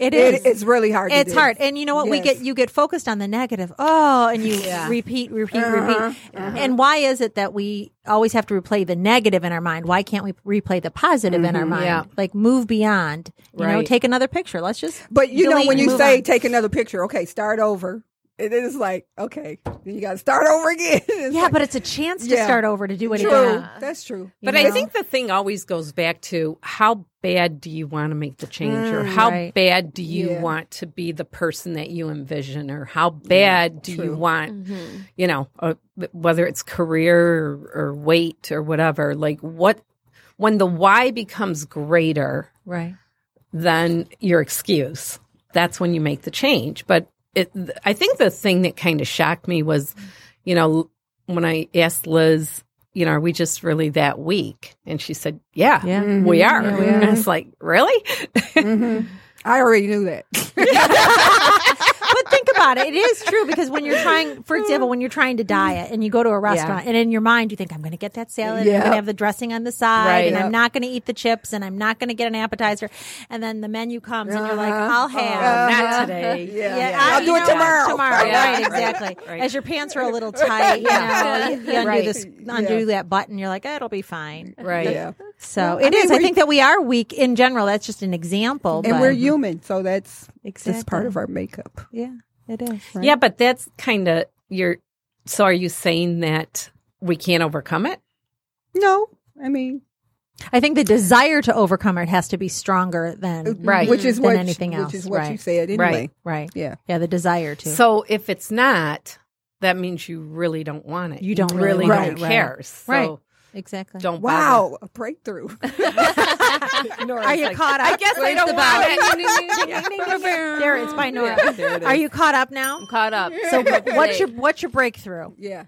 Speaker 7: It is.
Speaker 6: It, it's really hard. to
Speaker 7: It's
Speaker 6: do.
Speaker 7: hard, and you know what? We
Speaker 6: Yes.
Speaker 7: get you get focused on the negative. Oh, and you repeat, repeat,
Speaker 6: Uh-huh.
Speaker 7: repeat. And why is it that we always have to replay the negative in our mind? Why can't we replay the positive in our
Speaker 6: Mm-hmm.
Speaker 7: mind?
Speaker 8: Yeah.
Speaker 7: Like move beyond. You know,
Speaker 8: Right.
Speaker 7: take another picture. Let's just.
Speaker 6: But you know
Speaker 7: delete
Speaker 6: when
Speaker 7: and
Speaker 6: you
Speaker 7: move
Speaker 6: say
Speaker 7: on.
Speaker 6: take another picture, okay, start over. It is like okay, then you got to start over again. It's
Speaker 7: yeah,
Speaker 6: like,
Speaker 7: but it's a chance to
Speaker 6: Yeah.
Speaker 7: start over to do it
Speaker 6: true.
Speaker 7: again.
Speaker 6: That's true.
Speaker 8: But I think the thing always goes back to how bad do you want to make the change, or how
Speaker 7: right.
Speaker 8: bad do you
Speaker 6: Yeah.
Speaker 8: want to be the person that you envision, or how bad do you want, you know, uh, whether it's career or, or weight or whatever. Like what when the why becomes greater
Speaker 7: Right.
Speaker 8: than your excuse, that's when you make the change. But it, I think the thing that kind of shocked me was, you know, when I asked Liz, you know, are we just really that weak? And she said, yeah,
Speaker 7: Yeah. Mm-hmm.
Speaker 8: we are.
Speaker 7: Yeah, we are.
Speaker 8: And it's like, really?
Speaker 6: Mm-hmm. I already knew that.
Speaker 7: but think about it. It is true because when you're trying, for example, when you're trying to diet and you go to a restaurant and in your mind you think, I'm going to get that salad and I'm going
Speaker 6: Yep.
Speaker 7: to have the dressing on the side
Speaker 8: Right.
Speaker 7: and
Speaker 6: Yep.
Speaker 7: I'm not going to eat the chips and I'm not going to get an appetizer. And then the menu comes and you're like,
Speaker 6: Uh-huh.
Speaker 7: I'll have.
Speaker 8: Not today.
Speaker 6: Yeah,
Speaker 7: Yeah,
Speaker 6: I'll
Speaker 7: I-
Speaker 6: do
Speaker 7: you
Speaker 6: it
Speaker 7: know,
Speaker 6: tomorrow.
Speaker 7: Tomorrow,
Speaker 8: Yeah.
Speaker 7: right? Exactly. As your pants are a little tight, you know, you, you undo
Speaker 8: Right.
Speaker 7: this, undo that button. You're like, eh, it'll be fine.
Speaker 8: Right.
Speaker 6: Yeah,
Speaker 7: So
Speaker 6: I
Speaker 7: it
Speaker 6: mean,
Speaker 7: is. I
Speaker 6: we-
Speaker 7: think that we are weak in general. That's just an example.
Speaker 6: and
Speaker 7: but-
Speaker 6: we're human, so that's that's
Speaker 7: Exactly.
Speaker 6: part of our makeup.
Speaker 7: Yeah, it is.
Speaker 8: Yeah, but that's kind of your. So are you saying that we can't overcome it?
Speaker 6: No, I mean,
Speaker 7: I think the desire to overcome it has to be stronger than
Speaker 8: Right.
Speaker 6: which is
Speaker 7: than
Speaker 6: what
Speaker 7: anything else.
Speaker 6: which is what
Speaker 7: right.
Speaker 6: you said anyway.
Speaker 8: Right.
Speaker 7: Right.
Speaker 6: Yeah.
Speaker 7: Yeah. The desire to.
Speaker 8: So if it's not, that means you really don't want it.
Speaker 7: You don't
Speaker 8: really,
Speaker 7: really
Speaker 6: want
Speaker 8: don't
Speaker 7: it, right.
Speaker 8: care. So
Speaker 7: Right. exactly.
Speaker 8: don't bother.
Speaker 6: Wow, a breakthrough.
Speaker 7: Are you caught up? I guess
Speaker 8: I don't
Speaker 7: want it. there, it's by Nora. Are you caught up now?
Speaker 5: I'm caught up.
Speaker 7: So what's your what's your breakthrough?
Speaker 6: yeah.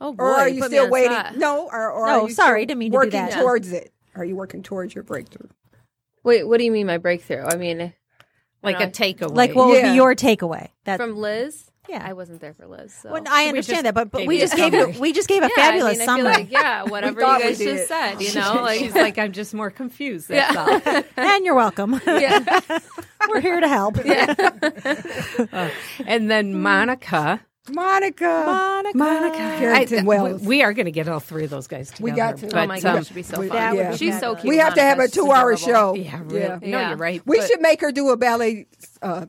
Speaker 5: Oh boy,
Speaker 6: Or are you
Speaker 5: put me
Speaker 6: still
Speaker 5: on
Speaker 6: waiting?
Speaker 5: spot.
Speaker 6: No, or, or
Speaker 7: No,
Speaker 6: are you
Speaker 7: sorry,
Speaker 6: still
Speaker 7: didn't mean to do
Speaker 6: working
Speaker 7: that. Yeah.
Speaker 6: towards it. Are you working towards your breakthrough?
Speaker 5: Wait, what do you mean by breakthrough? I mean
Speaker 8: like a takeaway.
Speaker 7: Like, what would
Speaker 6: Yeah.
Speaker 7: be your takeaway? That
Speaker 5: from Liz.
Speaker 7: Yeah.
Speaker 5: I wasn't there for Liz. So.
Speaker 7: Well, I understand that, but, but we just gave
Speaker 8: summary.
Speaker 7: you we just gave a
Speaker 5: Yeah, I mean,
Speaker 7: fabulous
Speaker 5: I feel
Speaker 7: summary.
Speaker 5: like, yeah, whatever you
Speaker 6: thought we
Speaker 5: guys
Speaker 6: did.
Speaker 5: just said, you know, like
Speaker 8: she's like, I'm just more confused. That's all.
Speaker 7: and you're welcome.
Speaker 5: yeah.
Speaker 7: We're here to help.
Speaker 8: And
Speaker 5: Mm.
Speaker 8: then Monica,
Speaker 6: Monica.
Speaker 7: Monica.
Speaker 6: Monica Harrington
Speaker 8: I-
Speaker 6: Wells.
Speaker 8: we, we are going to get all three of those guys together.
Speaker 6: We got to.
Speaker 8: But,
Speaker 5: Oh my gosh,
Speaker 8: um,
Speaker 5: she'd be so
Speaker 6: we-
Speaker 5: fun.
Speaker 6: that would Yeah. be
Speaker 5: She's so
Speaker 7: fabulous.
Speaker 5: cute.
Speaker 6: We have to have a
Speaker 5: Monica. She's
Speaker 6: two-hour show.
Speaker 5: adorable.
Speaker 8: yeah, really.
Speaker 6: Yeah.
Speaker 8: No,
Speaker 5: Yeah.
Speaker 8: you're right.
Speaker 6: we
Speaker 8: but
Speaker 6: should make her do a ballet, uh,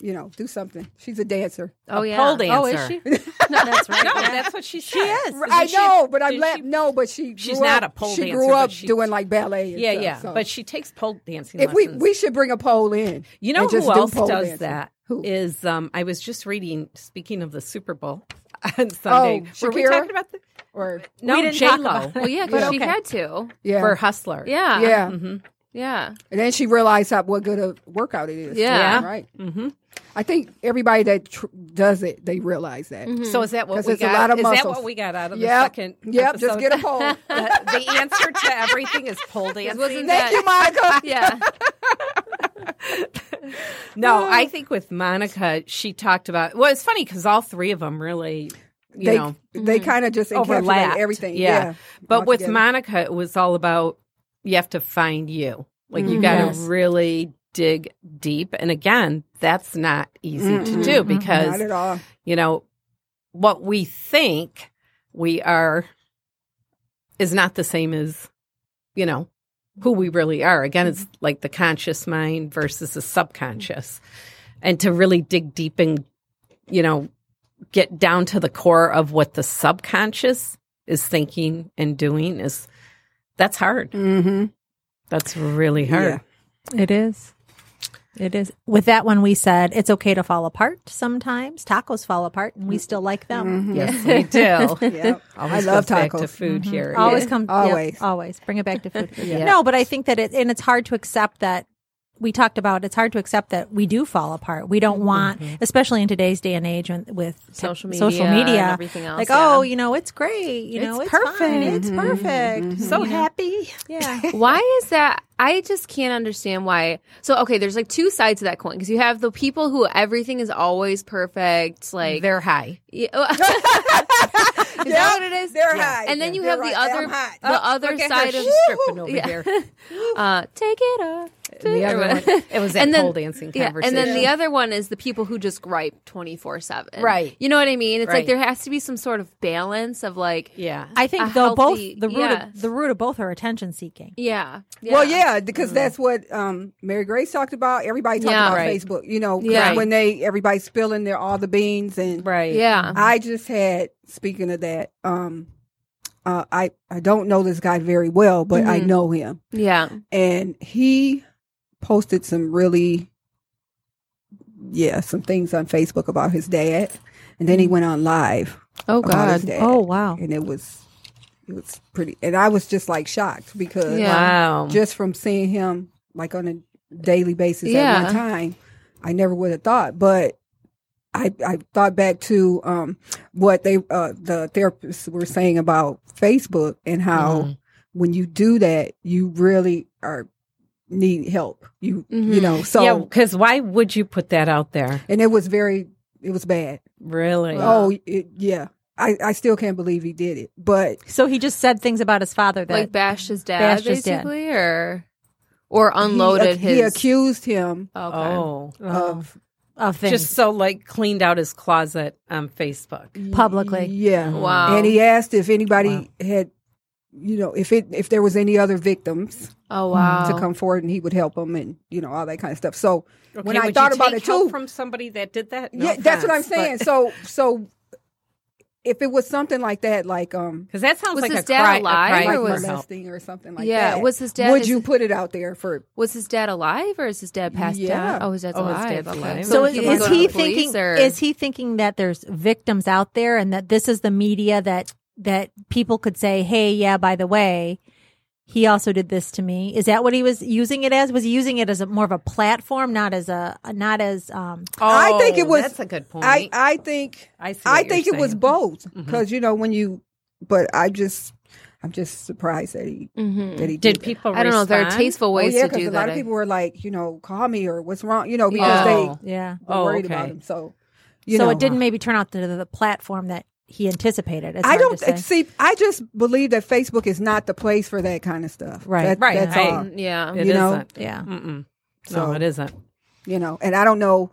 Speaker 6: you know, do something. She's a dancer.
Speaker 5: Oh yeah.
Speaker 8: pole dancer.
Speaker 5: Oh, is she? No, that's right.
Speaker 8: No, that's what she said. She is.
Speaker 6: I know, but I'm glad. No, but she
Speaker 8: She's
Speaker 6: grew
Speaker 8: not
Speaker 6: up-
Speaker 8: a pole
Speaker 6: She
Speaker 8: dancer,
Speaker 6: grew
Speaker 8: but
Speaker 6: up
Speaker 8: she-
Speaker 6: doing like ballet. and
Speaker 8: Yeah,
Speaker 6: stuff,
Speaker 8: yeah.
Speaker 6: so.
Speaker 8: But she takes pole dancing
Speaker 6: if we
Speaker 8: lessons.
Speaker 6: we should bring a pole in.
Speaker 8: You know
Speaker 6: and
Speaker 8: who
Speaker 6: just do
Speaker 8: else
Speaker 6: pole
Speaker 8: does
Speaker 6: dancing.
Speaker 8: that?
Speaker 6: Who?
Speaker 8: is? Um, I was just reading. Speaking of the Super Bowl on Sunday, were we
Speaker 6: Oh, Shakira?
Speaker 8: talking about the?
Speaker 6: Or
Speaker 8: No,
Speaker 7: didn't
Speaker 8: J
Speaker 7: talk
Speaker 8: Lo
Speaker 7: about
Speaker 5: Well, yeah, because she had to.
Speaker 6: yeah,
Speaker 8: for Mm-hmm. Hustler.
Speaker 5: Yeah.
Speaker 6: yeah.
Speaker 5: Yeah.
Speaker 6: And then she realized how what good a workout it is.
Speaker 5: Yeah.
Speaker 6: too, right. Mm-hmm. I think everybody that tr- does it, they realize that.
Speaker 8: So is that what
Speaker 6: 'Cause
Speaker 8: we
Speaker 6: it's a
Speaker 8: got?
Speaker 6: lot of
Speaker 8: is that
Speaker 6: muscles.
Speaker 8: what we got out of
Speaker 6: Yep.
Speaker 8: Mm-hmm. the second?
Speaker 6: Yep. Just
Speaker 8: episode?
Speaker 6: get a pole.
Speaker 8: the, the answer to everything is pole dancing.
Speaker 5: Wasn't
Speaker 6: Thank you,
Speaker 5: that?
Speaker 6: Monica.
Speaker 5: Yeah.
Speaker 8: no, I think with Monica, she talked about. Well, it's funny because all three of them really, you
Speaker 6: they
Speaker 8: know,
Speaker 6: they
Speaker 5: mm-hmm.
Speaker 6: kind of just encapsulate
Speaker 8: overlap
Speaker 6: everything.
Speaker 8: Yeah,
Speaker 6: Yeah.
Speaker 8: but with
Speaker 6: altogether.
Speaker 8: Monica, it was all about you have to find you. Like you got to
Speaker 7: Yes.
Speaker 8: really dig deep, and again, that's not easy to do because
Speaker 6: not at all.
Speaker 8: you know what we think we are is not the same as you know who we really are again it's like the conscious mind versus the subconscious and to really dig deep and you know get down to the core of what the subconscious is thinking and doing is that's hard
Speaker 6: Mm-hmm.
Speaker 8: that's really hard
Speaker 7: It is. It is. With that one, we said it's okay to fall apart sometimes. Tacos fall apart, and we still like them.
Speaker 8: yes we do
Speaker 6: Yeah. I
Speaker 8: Always
Speaker 6: love
Speaker 8: goes back to
Speaker 6: tacos.
Speaker 8: food here
Speaker 7: Always come. yep,
Speaker 6: Always.
Speaker 7: always bring it back to food. No, but I think that it, and it's hard to accept that we talked about, it's hard to accept that we do fall apart. We don't want, especially in today's day and age when, with tech-
Speaker 5: Social media
Speaker 7: social
Speaker 5: and
Speaker 7: media,
Speaker 5: everything else,
Speaker 7: Like,
Speaker 5: yeah.
Speaker 7: oh, you know, it's great. You
Speaker 5: It's
Speaker 7: know, it's
Speaker 5: perfect.
Speaker 7: fine, It's perfect.
Speaker 8: So happy.
Speaker 7: Yeah.
Speaker 5: why is that? I just can't understand why. So okay, there's like two sides to that coin because you have the people who everything is always perfect, like
Speaker 8: They're high.
Speaker 5: Yeah. is that what it is?
Speaker 6: they're high.
Speaker 5: And then you
Speaker 6: They're
Speaker 5: have
Speaker 6: right.
Speaker 5: the other
Speaker 6: I'm Oh, hot.
Speaker 5: the other side of
Speaker 8: stripping over
Speaker 5: Yeah.
Speaker 8: here.
Speaker 5: uh, take it off.
Speaker 8: The other one, it was that
Speaker 5: And then-
Speaker 8: pole dancing
Speaker 5: Yeah,
Speaker 8: conversation.
Speaker 5: and then the other one is the people who just gripe 24 7.
Speaker 8: Right.
Speaker 5: You know what I mean? It's like
Speaker 8: Right.
Speaker 5: there has to be some sort of balance of like,
Speaker 8: yeah,
Speaker 7: I think
Speaker 5: A
Speaker 7: though
Speaker 5: healthy-
Speaker 7: both the root
Speaker 5: yeah.
Speaker 7: of, the root of both are attention seeking.
Speaker 5: yeah. Mm-hmm.
Speaker 6: Well, yeah, because that's what um, Mary Grace talked about. Everybody talked
Speaker 5: Yeah,
Speaker 6: about
Speaker 5: right.
Speaker 6: Facebook, you know, 'cause
Speaker 5: Yeah.
Speaker 6: when they everybody's spilling their all the beans and
Speaker 8: right.
Speaker 5: Yeah.
Speaker 6: I just had speaking of that, um, uh, I I don't know this guy very well, but
Speaker 5: Mm-hmm.
Speaker 6: I know him,
Speaker 5: Yeah.
Speaker 6: and he posted some really, yeah, some things on Facebook about his dad, and then he went on live
Speaker 5: Mm. Oh,
Speaker 6: about his
Speaker 5: God.
Speaker 6: dad.
Speaker 7: Oh wow.
Speaker 6: and it was it was pretty, and I was just like shocked because
Speaker 5: Yeah.
Speaker 8: Wow.
Speaker 6: just from seeing him like on a daily basis at
Speaker 5: Yeah.
Speaker 6: one time, I never would have thought. But I, I thought back to um, what they uh, the therapists were saying about Facebook and how when you do that, you really are need help. You you
Speaker 5: Mhm.
Speaker 6: know so
Speaker 8: yeah, because why would you put that out there?
Speaker 6: and it was very it was bad.
Speaker 8: Really?
Speaker 6: Oh it, yeah, I I still can't believe he did it, but.
Speaker 7: So he just said things about his father that
Speaker 5: Like bashed his dad,
Speaker 7: Bashed his dad.
Speaker 5: basically, or or unloaded
Speaker 6: he, ac-
Speaker 5: his.
Speaker 6: He accused him
Speaker 5: Okay.
Speaker 8: Oh.
Speaker 6: of
Speaker 7: of things
Speaker 8: Just so like cleaned out his closet on Facebook.
Speaker 7: publicly.
Speaker 6: yeah,
Speaker 5: Wow.
Speaker 6: and he asked if anybody had you know if it if there was any other victims
Speaker 5: oh, wow.
Speaker 6: to come forward and he would help them and you know all that kind of stuff so when
Speaker 8: Okay,
Speaker 6: i
Speaker 8: would
Speaker 6: thought
Speaker 8: you
Speaker 6: about
Speaker 8: take
Speaker 6: it
Speaker 8: help
Speaker 6: too
Speaker 8: from somebody that did that.
Speaker 6: yeah that's what i'm saying so so if it was something like that like um
Speaker 8: Because that sounds
Speaker 5: Was
Speaker 8: like
Speaker 5: his
Speaker 8: a
Speaker 5: dad
Speaker 8: cry,
Speaker 5: alive,
Speaker 8: a cry
Speaker 5: or
Speaker 6: like
Speaker 8: for
Speaker 5: was-
Speaker 8: help.
Speaker 6: molesting or something like
Speaker 5: Yeah,
Speaker 6: that
Speaker 5: was his dad-
Speaker 6: would
Speaker 5: is-
Speaker 6: you put it out there for
Speaker 5: Was his dad alive, or is his dad passed
Speaker 6: Yeah.
Speaker 5: down? Oh, his dad's
Speaker 8: Oh, his
Speaker 5: alive.
Speaker 8: dad's alive.
Speaker 7: So
Speaker 5: he
Speaker 7: is
Speaker 5: was
Speaker 7: he
Speaker 5: going to the police,
Speaker 7: thinking
Speaker 5: or-
Speaker 7: is he thinking that there's victims out there and that this is the media that that people could say, "Hey, yeah, by the way, he also did this to me." Is that what he was using it as? Was he using it as a, more of a platform, not as a not as um
Speaker 6: I think it
Speaker 8: Oh,
Speaker 6: was-
Speaker 8: That's a good point.
Speaker 6: i i think
Speaker 8: I, see
Speaker 6: I
Speaker 8: what you're
Speaker 6: think it was
Speaker 8: saying.
Speaker 6: both because you know when you, but I just I'm just surprised that he that he did,
Speaker 8: Did
Speaker 6: that.
Speaker 8: people?
Speaker 5: I don't know. There are
Speaker 8: respond?
Speaker 5: tasteful
Speaker 6: Oh
Speaker 5: ways
Speaker 6: yeah,
Speaker 5: to
Speaker 6: because
Speaker 5: do
Speaker 6: a
Speaker 5: that.
Speaker 6: lot of
Speaker 5: I-
Speaker 6: people were like, you know, call me or what's wrong, you know, because they
Speaker 8: Oh.
Speaker 6: were
Speaker 7: yeah.
Speaker 8: Oh,
Speaker 6: worried
Speaker 8: okay.
Speaker 6: about him. So you
Speaker 7: so
Speaker 6: know,
Speaker 7: it didn't maybe turn out to the, the platform that he anticipated. It's
Speaker 6: I
Speaker 7: hard
Speaker 6: don't
Speaker 7: to say.
Speaker 6: see. I just believe that Facebook is not the place for that kind of stuff.
Speaker 7: Right.
Speaker 6: That-
Speaker 8: Right.
Speaker 6: That's
Speaker 8: I-
Speaker 6: all.
Speaker 5: yeah.
Speaker 8: It
Speaker 6: you know?
Speaker 8: not
Speaker 7: Yeah.
Speaker 8: Mm-mm.
Speaker 6: So-
Speaker 8: no, it isn't.
Speaker 6: you know and i don't know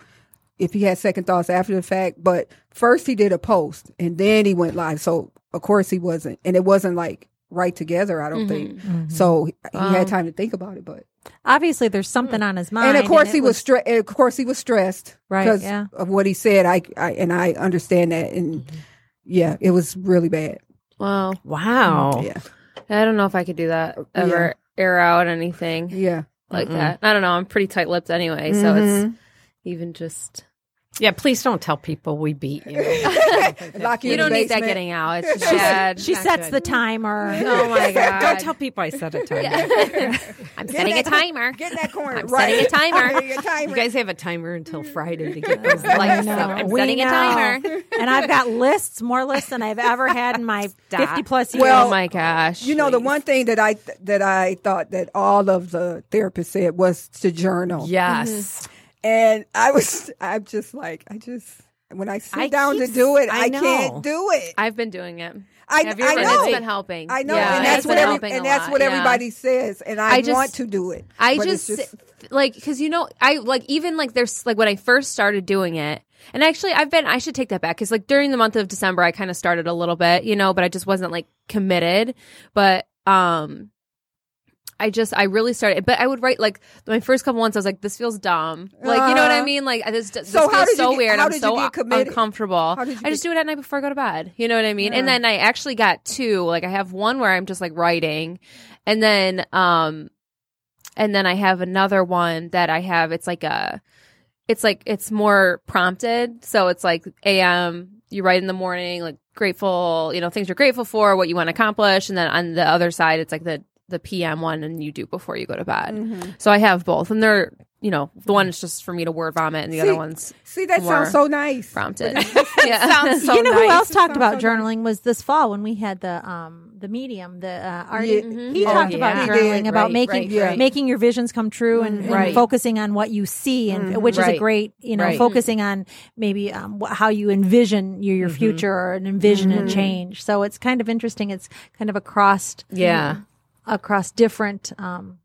Speaker 6: if he had second thoughts after the fact but first he did a post and then he went live so of course he wasn't and it wasn't like right together i don't
Speaker 5: Mm-hmm.
Speaker 6: think so he he had time to think about it but
Speaker 7: Obviously there's something on his mind.
Speaker 6: Hmm. and of course
Speaker 7: it
Speaker 6: he was, stre- and of course he was stressed
Speaker 7: Right,
Speaker 6: because
Speaker 7: yeah.
Speaker 6: of what he said I, I and i understand that and
Speaker 5: Mm-hmm.
Speaker 6: yeah it was really bad
Speaker 5: Wow.
Speaker 8: Wow.
Speaker 6: yeah
Speaker 5: I don't know if I could do that ever. Air out anything
Speaker 6: yeah
Speaker 5: like that. I don't know. I'm pretty tight-lipped anyway, so
Speaker 6: Mm-hmm.
Speaker 5: it's even just.
Speaker 8: Yeah. Please don't tell people we beat you.
Speaker 6: Lock
Speaker 5: You
Speaker 6: in the
Speaker 5: don't need that
Speaker 6: basement.
Speaker 5: getting out. It's just bad.
Speaker 7: she
Speaker 5: Not
Speaker 7: sets
Speaker 5: good.
Speaker 7: the timer.
Speaker 5: Oh my god!
Speaker 8: don't tell people I said a timer.
Speaker 5: I'm setting a
Speaker 6: that-
Speaker 5: timer.
Speaker 6: get in that corner
Speaker 5: I'm
Speaker 6: right
Speaker 5: setting a timer.
Speaker 6: Setting a timer.
Speaker 8: You guys have a timer until Friday to get those
Speaker 5: Like
Speaker 8: lights
Speaker 5: so.
Speaker 8: up.
Speaker 5: I'm
Speaker 7: We
Speaker 5: setting a
Speaker 7: know.
Speaker 5: timer.
Speaker 7: and I've got lists, more lists than I've ever had in my fifty plus years.
Speaker 6: Well,
Speaker 5: oh my gosh!
Speaker 6: You know, the one thing that I that I thought that all of the therapists said was to journal.
Speaker 8: Yes.
Speaker 6: and I was, I'm just like, I just when I sit
Speaker 8: I
Speaker 6: down
Speaker 8: keep
Speaker 6: to do it,
Speaker 8: s- I
Speaker 6: I, can't
Speaker 8: know.
Speaker 6: do it.
Speaker 5: I've been doing it.
Speaker 6: I,
Speaker 5: Have you
Speaker 6: I
Speaker 5: ever-
Speaker 6: know
Speaker 5: It's been helping.
Speaker 6: I know,
Speaker 5: Yeah,
Speaker 6: and
Speaker 5: it's
Speaker 6: that's
Speaker 5: been
Speaker 6: what every,
Speaker 5: helping a
Speaker 6: and that's
Speaker 5: lot,
Speaker 6: what
Speaker 5: yeah.
Speaker 6: everybody says, and I,
Speaker 5: I just-
Speaker 6: want to do it.
Speaker 5: I
Speaker 6: but it's
Speaker 5: just, like because you know I like even like there's like when I first started doing it, and actually I've been I should take that back because like during the month of December I kind of started a little bit, you know, but I just wasn't like committed. But um, I just I really started, but I would write like my first couple months I was like this feels dumb, like you know what I
Speaker 6: Uh-huh.
Speaker 5: mean, like I- this, this
Speaker 6: So how
Speaker 5: feels
Speaker 6: did you
Speaker 5: so
Speaker 6: get-
Speaker 5: weird,
Speaker 6: how
Speaker 5: I'm
Speaker 6: did you
Speaker 5: so
Speaker 6: get
Speaker 5: un-
Speaker 6: committed?
Speaker 5: uncomfortable.
Speaker 6: How did you
Speaker 5: I just
Speaker 6: get- Uh-huh.
Speaker 5: do it at night before I go to bed, you know what I mean, and then I actually got two, like I have one where I'm just like writing, and then um and then I have another one that I have. It's like a, it's like it's more prompted. So it's like a.m. You write in the morning, like grateful, you know, things you're grateful for, what you want to accomplish, and then on the other side, it's like the the PM one and you do before you go to bed. So I have both, and they're you know the one is just for me to word vomit, and the other
Speaker 6: See-
Speaker 5: one's
Speaker 6: See, that sounds
Speaker 5: More
Speaker 6: so nice.
Speaker 5: prompted.
Speaker 7: sounds
Speaker 5: so
Speaker 7: you know who
Speaker 5: nice.
Speaker 7: else talked
Speaker 6: Sounds
Speaker 7: about
Speaker 6: so nice.
Speaker 7: journaling was this fall when we had the um the medium the uh, Artie,
Speaker 6: Yeah.
Speaker 5: Mm-hmm.
Speaker 7: he
Speaker 6: Oh,
Speaker 7: talked
Speaker 8: yeah.
Speaker 7: about
Speaker 6: He
Speaker 7: journaling
Speaker 6: did.
Speaker 7: about
Speaker 5: Right,
Speaker 7: making
Speaker 5: right, right.
Speaker 7: making your visions come true and, and
Speaker 5: Right.
Speaker 7: focusing on what you see and which is a
Speaker 5: Right.
Speaker 7: great you know
Speaker 8: Right.
Speaker 7: focusing on maybe um, wh- how you envision your, your future or an envision and change so it's kind of interesting it's kind of across
Speaker 8: Yeah.
Speaker 7: across different um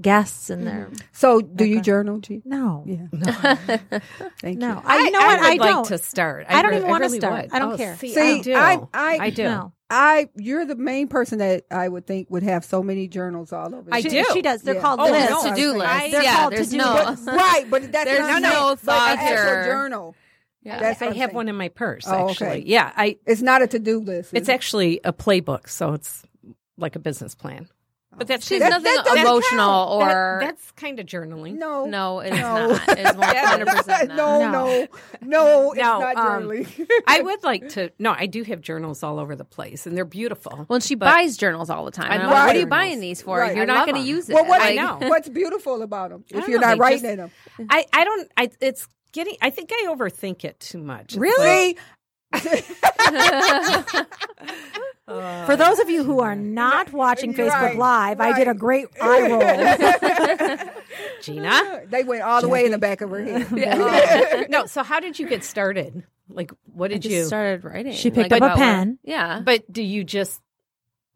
Speaker 7: guests and their
Speaker 6: So, do you journal, G?
Speaker 7: no
Speaker 6: Yeah. Thank
Speaker 7: no
Speaker 6: you.
Speaker 7: I, you know what
Speaker 8: would
Speaker 7: I
Speaker 8: like
Speaker 7: don't
Speaker 8: to start.
Speaker 7: I don't
Speaker 8: re-
Speaker 7: even wanna
Speaker 8: really
Speaker 7: start.
Speaker 8: would.
Speaker 7: I don't
Speaker 8: Oh,
Speaker 7: care.
Speaker 8: See, I
Speaker 6: See,
Speaker 8: do.
Speaker 6: I, I,
Speaker 8: I do.
Speaker 7: no
Speaker 6: I, you're the main person that I would think would have so many journals all over.
Speaker 8: I
Speaker 6: you.
Speaker 8: do.
Speaker 7: She does. They're
Speaker 6: Yeah.
Speaker 7: called
Speaker 8: Oh,
Speaker 7: lists.
Speaker 8: no,
Speaker 5: to do
Speaker 6: I-
Speaker 5: list.
Speaker 7: they're
Speaker 5: Yeah,
Speaker 7: called
Speaker 5: there's
Speaker 7: to-do
Speaker 5: no.
Speaker 7: lists.
Speaker 6: Right, but that's
Speaker 5: There's
Speaker 6: what I'm
Speaker 5: no
Speaker 6: saying.
Speaker 5: thought
Speaker 6: But an actual
Speaker 5: or-
Speaker 6: journal.
Speaker 5: Yeah.
Speaker 6: That's what
Speaker 8: I
Speaker 6: I'm
Speaker 8: have
Speaker 6: saying.
Speaker 8: one in my purse,
Speaker 6: Oh,
Speaker 8: actually.
Speaker 6: okay.
Speaker 8: Yeah. I
Speaker 6: It's not a to-do list.
Speaker 8: It's
Speaker 6: is it?
Speaker 8: actually a playbook, so it's like a business plan. But that's
Speaker 5: She's
Speaker 8: Oh, that-
Speaker 5: nothing
Speaker 6: that doesn't
Speaker 5: emotional
Speaker 8: that-
Speaker 5: or
Speaker 8: that's kind of journaling.
Speaker 6: no,
Speaker 5: no, it's
Speaker 6: No.
Speaker 5: not. It's one hundred percent
Speaker 6: no, no,
Speaker 7: No.
Speaker 6: no, no, it's
Speaker 8: No,
Speaker 6: not
Speaker 8: um,
Speaker 6: journaling.
Speaker 8: I would like to. No, I do have journals all over the place, and they're beautiful.
Speaker 5: Well, and she buys journals all the time.
Speaker 8: I
Speaker 5: And I'm
Speaker 6: love
Speaker 5: like, what are you
Speaker 8: journals.
Speaker 5: buying these for?
Speaker 6: Right.
Speaker 5: You're
Speaker 8: I
Speaker 5: not
Speaker 8: love
Speaker 5: going to
Speaker 8: them.
Speaker 5: use it.
Speaker 6: well, what,
Speaker 5: Like,
Speaker 8: know.
Speaker 6: what's beautiful about them?
Speaker 8: I
Speaker 6: If
Speaker 8: don't
Speaker 6: you're
Speaker 8: know,
Speaker 6: not
Speaker 8: they
Speaker 6: writing
Speaker 8: just-
Speaker 6: in them,
Speaker 8: I, I don't. I it's getting. I think I overthink it too much. It's like-
Speaker 6: really?
Speaker 7: For those of you who are not watching
Speaker 6: You're
Speaker 7: Facebook
Speaker 6: right.
Speaker 7: Live, I did a
Speaker 6: Right.
Speaker 7: great eye roll.
Speaker 8: Gina?
Speaker 6: they went all the way in the back of her head.
Speaker 8: no. So how did you get started? Like, what
Speaker 5: I
Speaker 8: did
Speaker 5: just
Speaker 8: you?
Speaker 5: started writing.
Speaker 7: She picked up a
Speaker 5: about what-
Speaker 7: pen.
Speaker 5: yeah.
Speaker 8: But do you just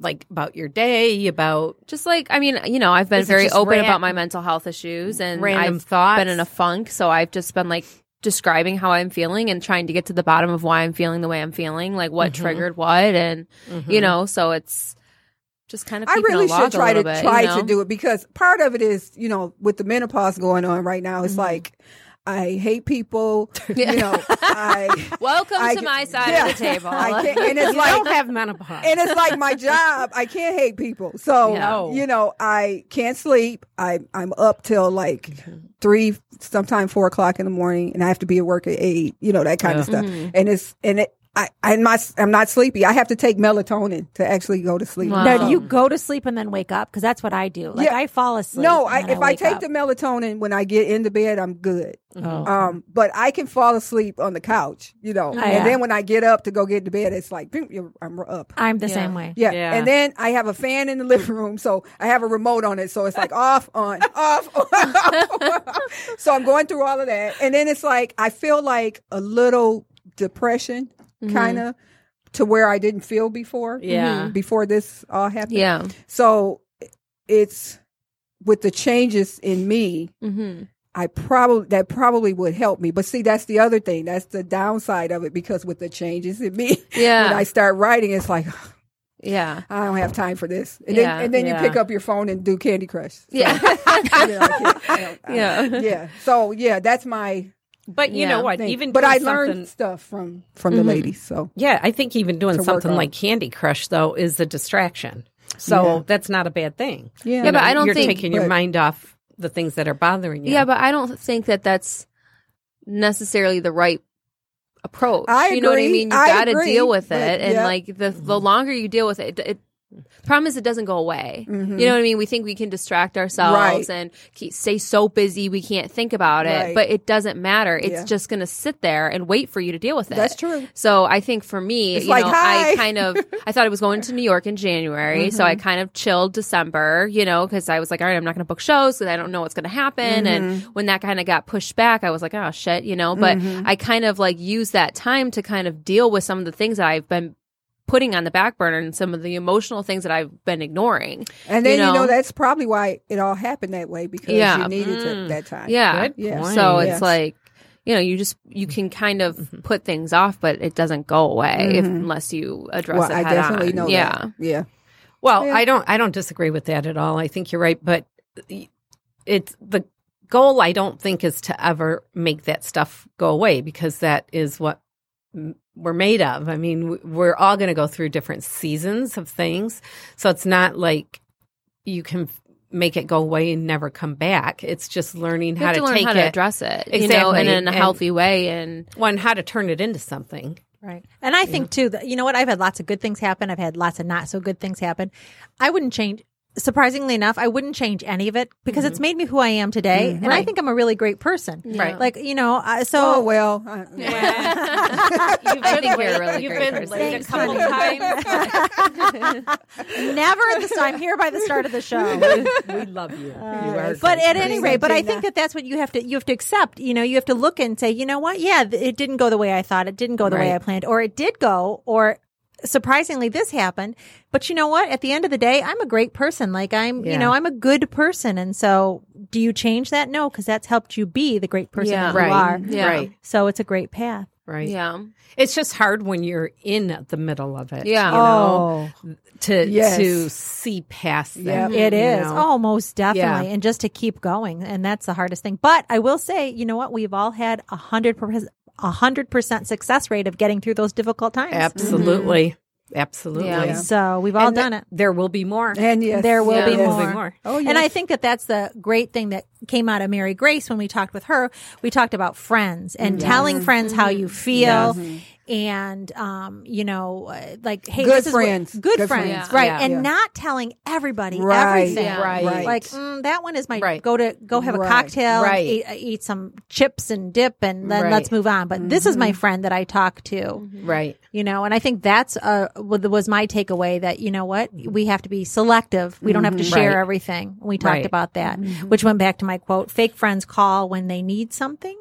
Speaker 8: like about your day? About
Speaker 5: just like I mean, you know, I've been
Speaker 8: Is it
Speaker 5: very
Speaker 8: just
Speaker 5: open
Speaker 8: ran-
Speaker 5: about my mental health issues and
Speaker 8: Random
Speaker 5: I've
Speaker 8: thoughts?
Speaker 5: been in a funk, so I've just been like describing how I'm feeling and trying to get to the bottom of why I'm feeling the way I'm feeling, like what
Speaker 6: Mm-hmm.
Speaker 5: triggered what and you know, so it's just kind of
Speaker 6: I
Speaker 5: keeping a
Speaker 6: really should
Speaker 5: log a
Speaker 6: try to
Speaker 5: little bit,
Speaker 6: try
Speaker 5: you know?
Speaker 6: to do it because part of it is you know with the menopause going on right now,
Speaker 8: Mm-hmm.
Speaker 6: it's like I hate people. You know, I.
Speaker 5: Welcome
Speaker 6: I
Speaker 5: to
Speaker 6: ca-
Speaker 5: my side
Speaker 6: yeah,
Speaker 5: of the table.
Speaker 6: I can't, and it's
Speaker 8: you
Speaker 6: like
Speaker 8: don't have menopause.
Speaker 6: and it's like my job. I can't hate people. So
Speaker 8: No.
Speaker 6: you know, I can't sleep. I I'm up till like three, sometime four o'clock in the morning, and I have to be at work at eight. You know that kind of stuff. And it's and it. I, I'm not. I'm not sleepy. I have to take melatonin to actually go to sleep.
Speaker 5: Wow.
Speaker 7: Now,
Speaker 6: So-
Speaker 7: do you go to sleep and then wake up? Because that's what I do. Like
Speaker 6: Yeah.
Speaker 7: I fall asleep.
Speaker 6: No,
Speaker 7: and
Speaker 6: I,
Speaker 7: then
Speaker 6: if I
Speaker 7: wake
Speaker 6: take
Speaker 7: up.
Speaker 6: the melatonin when I get into bed, I'm good.
Speaker 8: Oh.
Speaker 6: Um, but I can fall asleep on the couch, you know. and
Speaker 7: yeah.
Speaker 6: then when I get up to go get to bed, it's like boom, you're- I'm up.
Speaker 7: I'm the same way.
Speaker 6: Yeah.
Speaker 8: Yeah.
Speaker 6: And then I have a fan in the living room, so I have a remote on it, so it's like off, on, off, on, off. So I'm going through all of that, and then it's like I feel like a little depression, kind of, to where I didn't feel before.
Speaker 8: Mm-hmm. Yeah.
Speaker 6: Before this all happened.
Speaker 5: Mm-hmm. Yeah.
Speaker 6: So it's with the changes in me.
Speaker 5: Mm-hmm.
Speaker 6: I probably that probably would help me, but see, that's the other thing. That's the downside of it because with the changes in me,
Speaker 5: Yeah.
Speaker 6: when I start writing, it's like
Speaker 5: yeah.
Speaker 6: I don't have time for this. And
Speaker 5: Yeah.
Speaker 6: then, and then
Speaker 8: Yeah.
Speaker 6: you pick up your phone and do Candy Crush. So,
Speaker 5: Yeah.
Speaker 6: you know, I can't- I don't- I
Speaker 5: Yeah.
Speaker 6: don't- yeah. So yeah, that's my
Speaker 8: but you
Speaker 5: Yeah.
Speaker 8: know what?
Speaker 6: thing.
Speaker 8: Even
Speaker 6: but
Speaker 8: doing
Speaker 6: I learned
Speaker 8: something-
Speaker 6: stuff from from the ladies. So
Speaker 8: Yeah, I think even doing
Speaker 6: work
Speaker 8: something
Speaker 6: on.
Speaker 8: like Candy Crush though is a distraction. So
Speaker 6: Yeah.
Speaker 8: that's not a bad thing.
Speaker 6: Yeah.
Speaker 8: You
Speaker 6: Yeah,
Speaker 5: but I don't
Speaker 8: you're
Speaker 5: think-
Speaker 8: taking your
Speaker 6: but-
Speaker 8: mind off the things that are bothering you.
Speaker 5: Yeah, but I don't think that that's necessarily the right approach.
Speaker 6: I
Speaker 5: You know what I
Speaker 6: agree.
Speaker 5: mean? You
Speaker 6: I
Speaker 5: got to
Speaker 6: agree,
Speaker 5: deal with it,
Speaker 6: but
Speaker 5: and
Speaker 6: yeah.
Speaker 5: like the the longer you deal with it, it problem is it doesn't go away. You know what I mean? We think we can distract ourselves
Speaker 6: Mm-hmm. Right.
Speaker 5: and keep, stay so busy we can't think about it,
Speaker 6: Right.
Speaker 5: but it doesn't matter. It's
Speaker 6: Yeah.
Speaker 5: just going to sit there and wait for you to deal with it.
Speaker 6: That's true.
Speaker 5: So I think for me,
Speaker 6: It's
Speaker 5: you
Speaker 6: like,
Speaker 5: know, I
Speaker 6: "Hi." Mm-hmm.
Speaker 5: kind of I thought I was going to New York in January, so I kind of chilled December, you know, because I was like, all right, I'm not going to book shows because I don't know what's going to happen. And
Speaker 6: Mm-hmm.
Speaker 5: when that kind of got pushed back, I was like, oh shit, you know. But I kind of like used that time to kind of deal with some of the things that I've been putting on the back burner and some of the emotional things that I've been ignoring.
Speaker 6: and then you know,
Speaker 5: know?
Speaker 6: that's probably why it all happened that way because
Speaker 5: Yeah.
Speaker 6: you needed it that time.
Speaker 5: Yeah.
Speaker 8: Good
Speaker 6: Yeah.
Speaker 8: point.
Speaker 5: So
Speaker 6: Yeah.
Speaker 5: it's like, you know, you just you can kind of
Speaker 6: Mm-hmm.
Speaker 5: put things off, but it doesn't go away if, unless you address
Speaker 6: Well,
Speaker 5: it
Speaker 6: I
Speaker 5: head
Speaker 6: definitely
Speaker 5: on.
Speaker 6: know
Speaker 5: yeah.
Speaker 6: that. Yeah.
Speaker 8: Well,
Speaker 6: Yeah.
Speaker 8: I don't I don't disagree with that at all. I think you're right, but it's the goal I don't think is to ever make that stuff go away because that is what m- we're made of. I mean, w- we're all going to go through different seasons of things. So it's not like you can f- make it go away and never come back. It's just learning
Speaker 5: You
Speaker 8: how
Speaker 5: have
Speaker 8: to,
Speaker 5: to, learn
Speaker 8: take
Speaker 5: how to
Speaker 8: it.
Speaker 5: address it, you know,
Speaker 8: Exactly.
Speaker 5: and in a
Speaker 8: And-
Speaker 5: healthy way. And
Speaker 8: One, how to turn it into something.
Speaker 7: Right. And I think too that you know what I've had lots of good things happen. I've had lots of not so good things happen. I wouldn't change surprisingly enough, I wouldn't change any of it because it's made me who I am today, and I think I'm a really great person.
Speaker 5: Right.
Speaker 7: Like you know, I, so
Speaker 6: Oh well. I-
Speaker 4: You've
Speaker 5: I
Speaker 4: been
Speaker 5: think you're a
Speaker 4: late-
Speaker 5: really
Speaker 4: You've
Speaker 5: great
Speaker 4: been
Speaker 5: person.
Speaker 4: late a couple times.
Speaker 7: never at this time here by the start of the show.
Speaker 4: we love you.
Speaker 5: Uh,
Speaker 7: but at any rate, but I think that that's what you have to you have to accept. You know, you have to look and say, you know what? Yeah, th- it didn't go the way I thought. It didn't go the way
Speaker 5: Right.
Speaker 7: I planned, or it did go, or surprisingly, this happened. But you know what? At the end of the day, I'm a great person. Like I'm,
Speaker 8: Yeah.
Speaker 7: you know, I'm a good person. And so, do you change that? No, because that's helped you be the great person
Speaker 5: Yeah.
Speaker 7: that you are.
Speaker 5: Yeah.
Speaker 8: Right.
Speaker 7: So it's a great path.
Speaker 8: Right.
Speaker 5: Yeah.
Speaker 8: It's just hard when you're in the middle of it.
Speaker 5: Yeah.
Speaker 8: You
Speaker 7: Um,
Speaker 8: know, to
Speaker 6: Yes.
Speaker 8: to see past that.
Speaker 7: It
Speaker 8: Mm, you
Speaker 7: is.
Speaker 8: know?
Speaker 7: Oh, most definitely. And just to keep going. And that's the hardest thing. But I will say, you know what? We've all had a hundred percent a hundred percent success rate of getting through those difficult times.
Speaker 8: absolutely. Absolutely.
Speaker 5: Yeah.
Speaker 7: So we've all
Speaker 8: And
Speaker 7: done
Speaker 8: th-
Speaker 7: it.
Speaker 8: There will be more.
Speaker 6: And yes,
Speaker 7: There will
Speaker 5: Yeah.
Speaker 7: be
Speaker 5: There
Speaker 8: will be
Speaker 7: more.
Speaker 8: more.
Speaker 6: Oh, yes.
Speaker 7: And I think that that's the great thing that came out of Mary Grace when we talked with her. We talked about friends and
Speaker 6: Mm-hmm.
Speaker 7: telling friends how you feel. And, um, you know, uh, like, hey,
Speaker 6: Good
Speaker 7: this is what-
Speaker 6: friends.
Speaker 7: good,
Speaker 6: Good
Speaker 7: friends,
Speaker 6: friends.
Speaker 7: right?
Speaker 8: Yeah.
Speaker 7: And
Speaker 6: Yeah.
Speaker 7: not telling everybody
Speaker 6: Right.
Speaker 7: everything,
Speaker 5: Yeah.
Speaker 6: Right. Right.
Speaker 7: Like mm, that one is my
Speaker 8: Right.
Speaker 7: go to go have
Speaker 6: Right.
Speaker 7: a cocktail,
Speaker 8: Right.
Speaker 7: eat, uh, eat some chips and dip, and then
Speaker 8: Right. Mm-hmm.
Speaker 7: let's move on. But this is my
Speaker 6: Mm-hmm.
Speaker 7: friend that I talk to,
Speaker 8: Right.
Speaker 7: you know, and I think that's uh wa- was my takeaway that you know what we have to be selective. We don't have to
Speaker 5: Mm-hmm.
Speaker 7: share
Speaker 8: Right.
Speaker 7: everything. We talked
Speaker 8: Right.
Speaker 7: about that, which went back to my quote: "Fake friends call when they need something."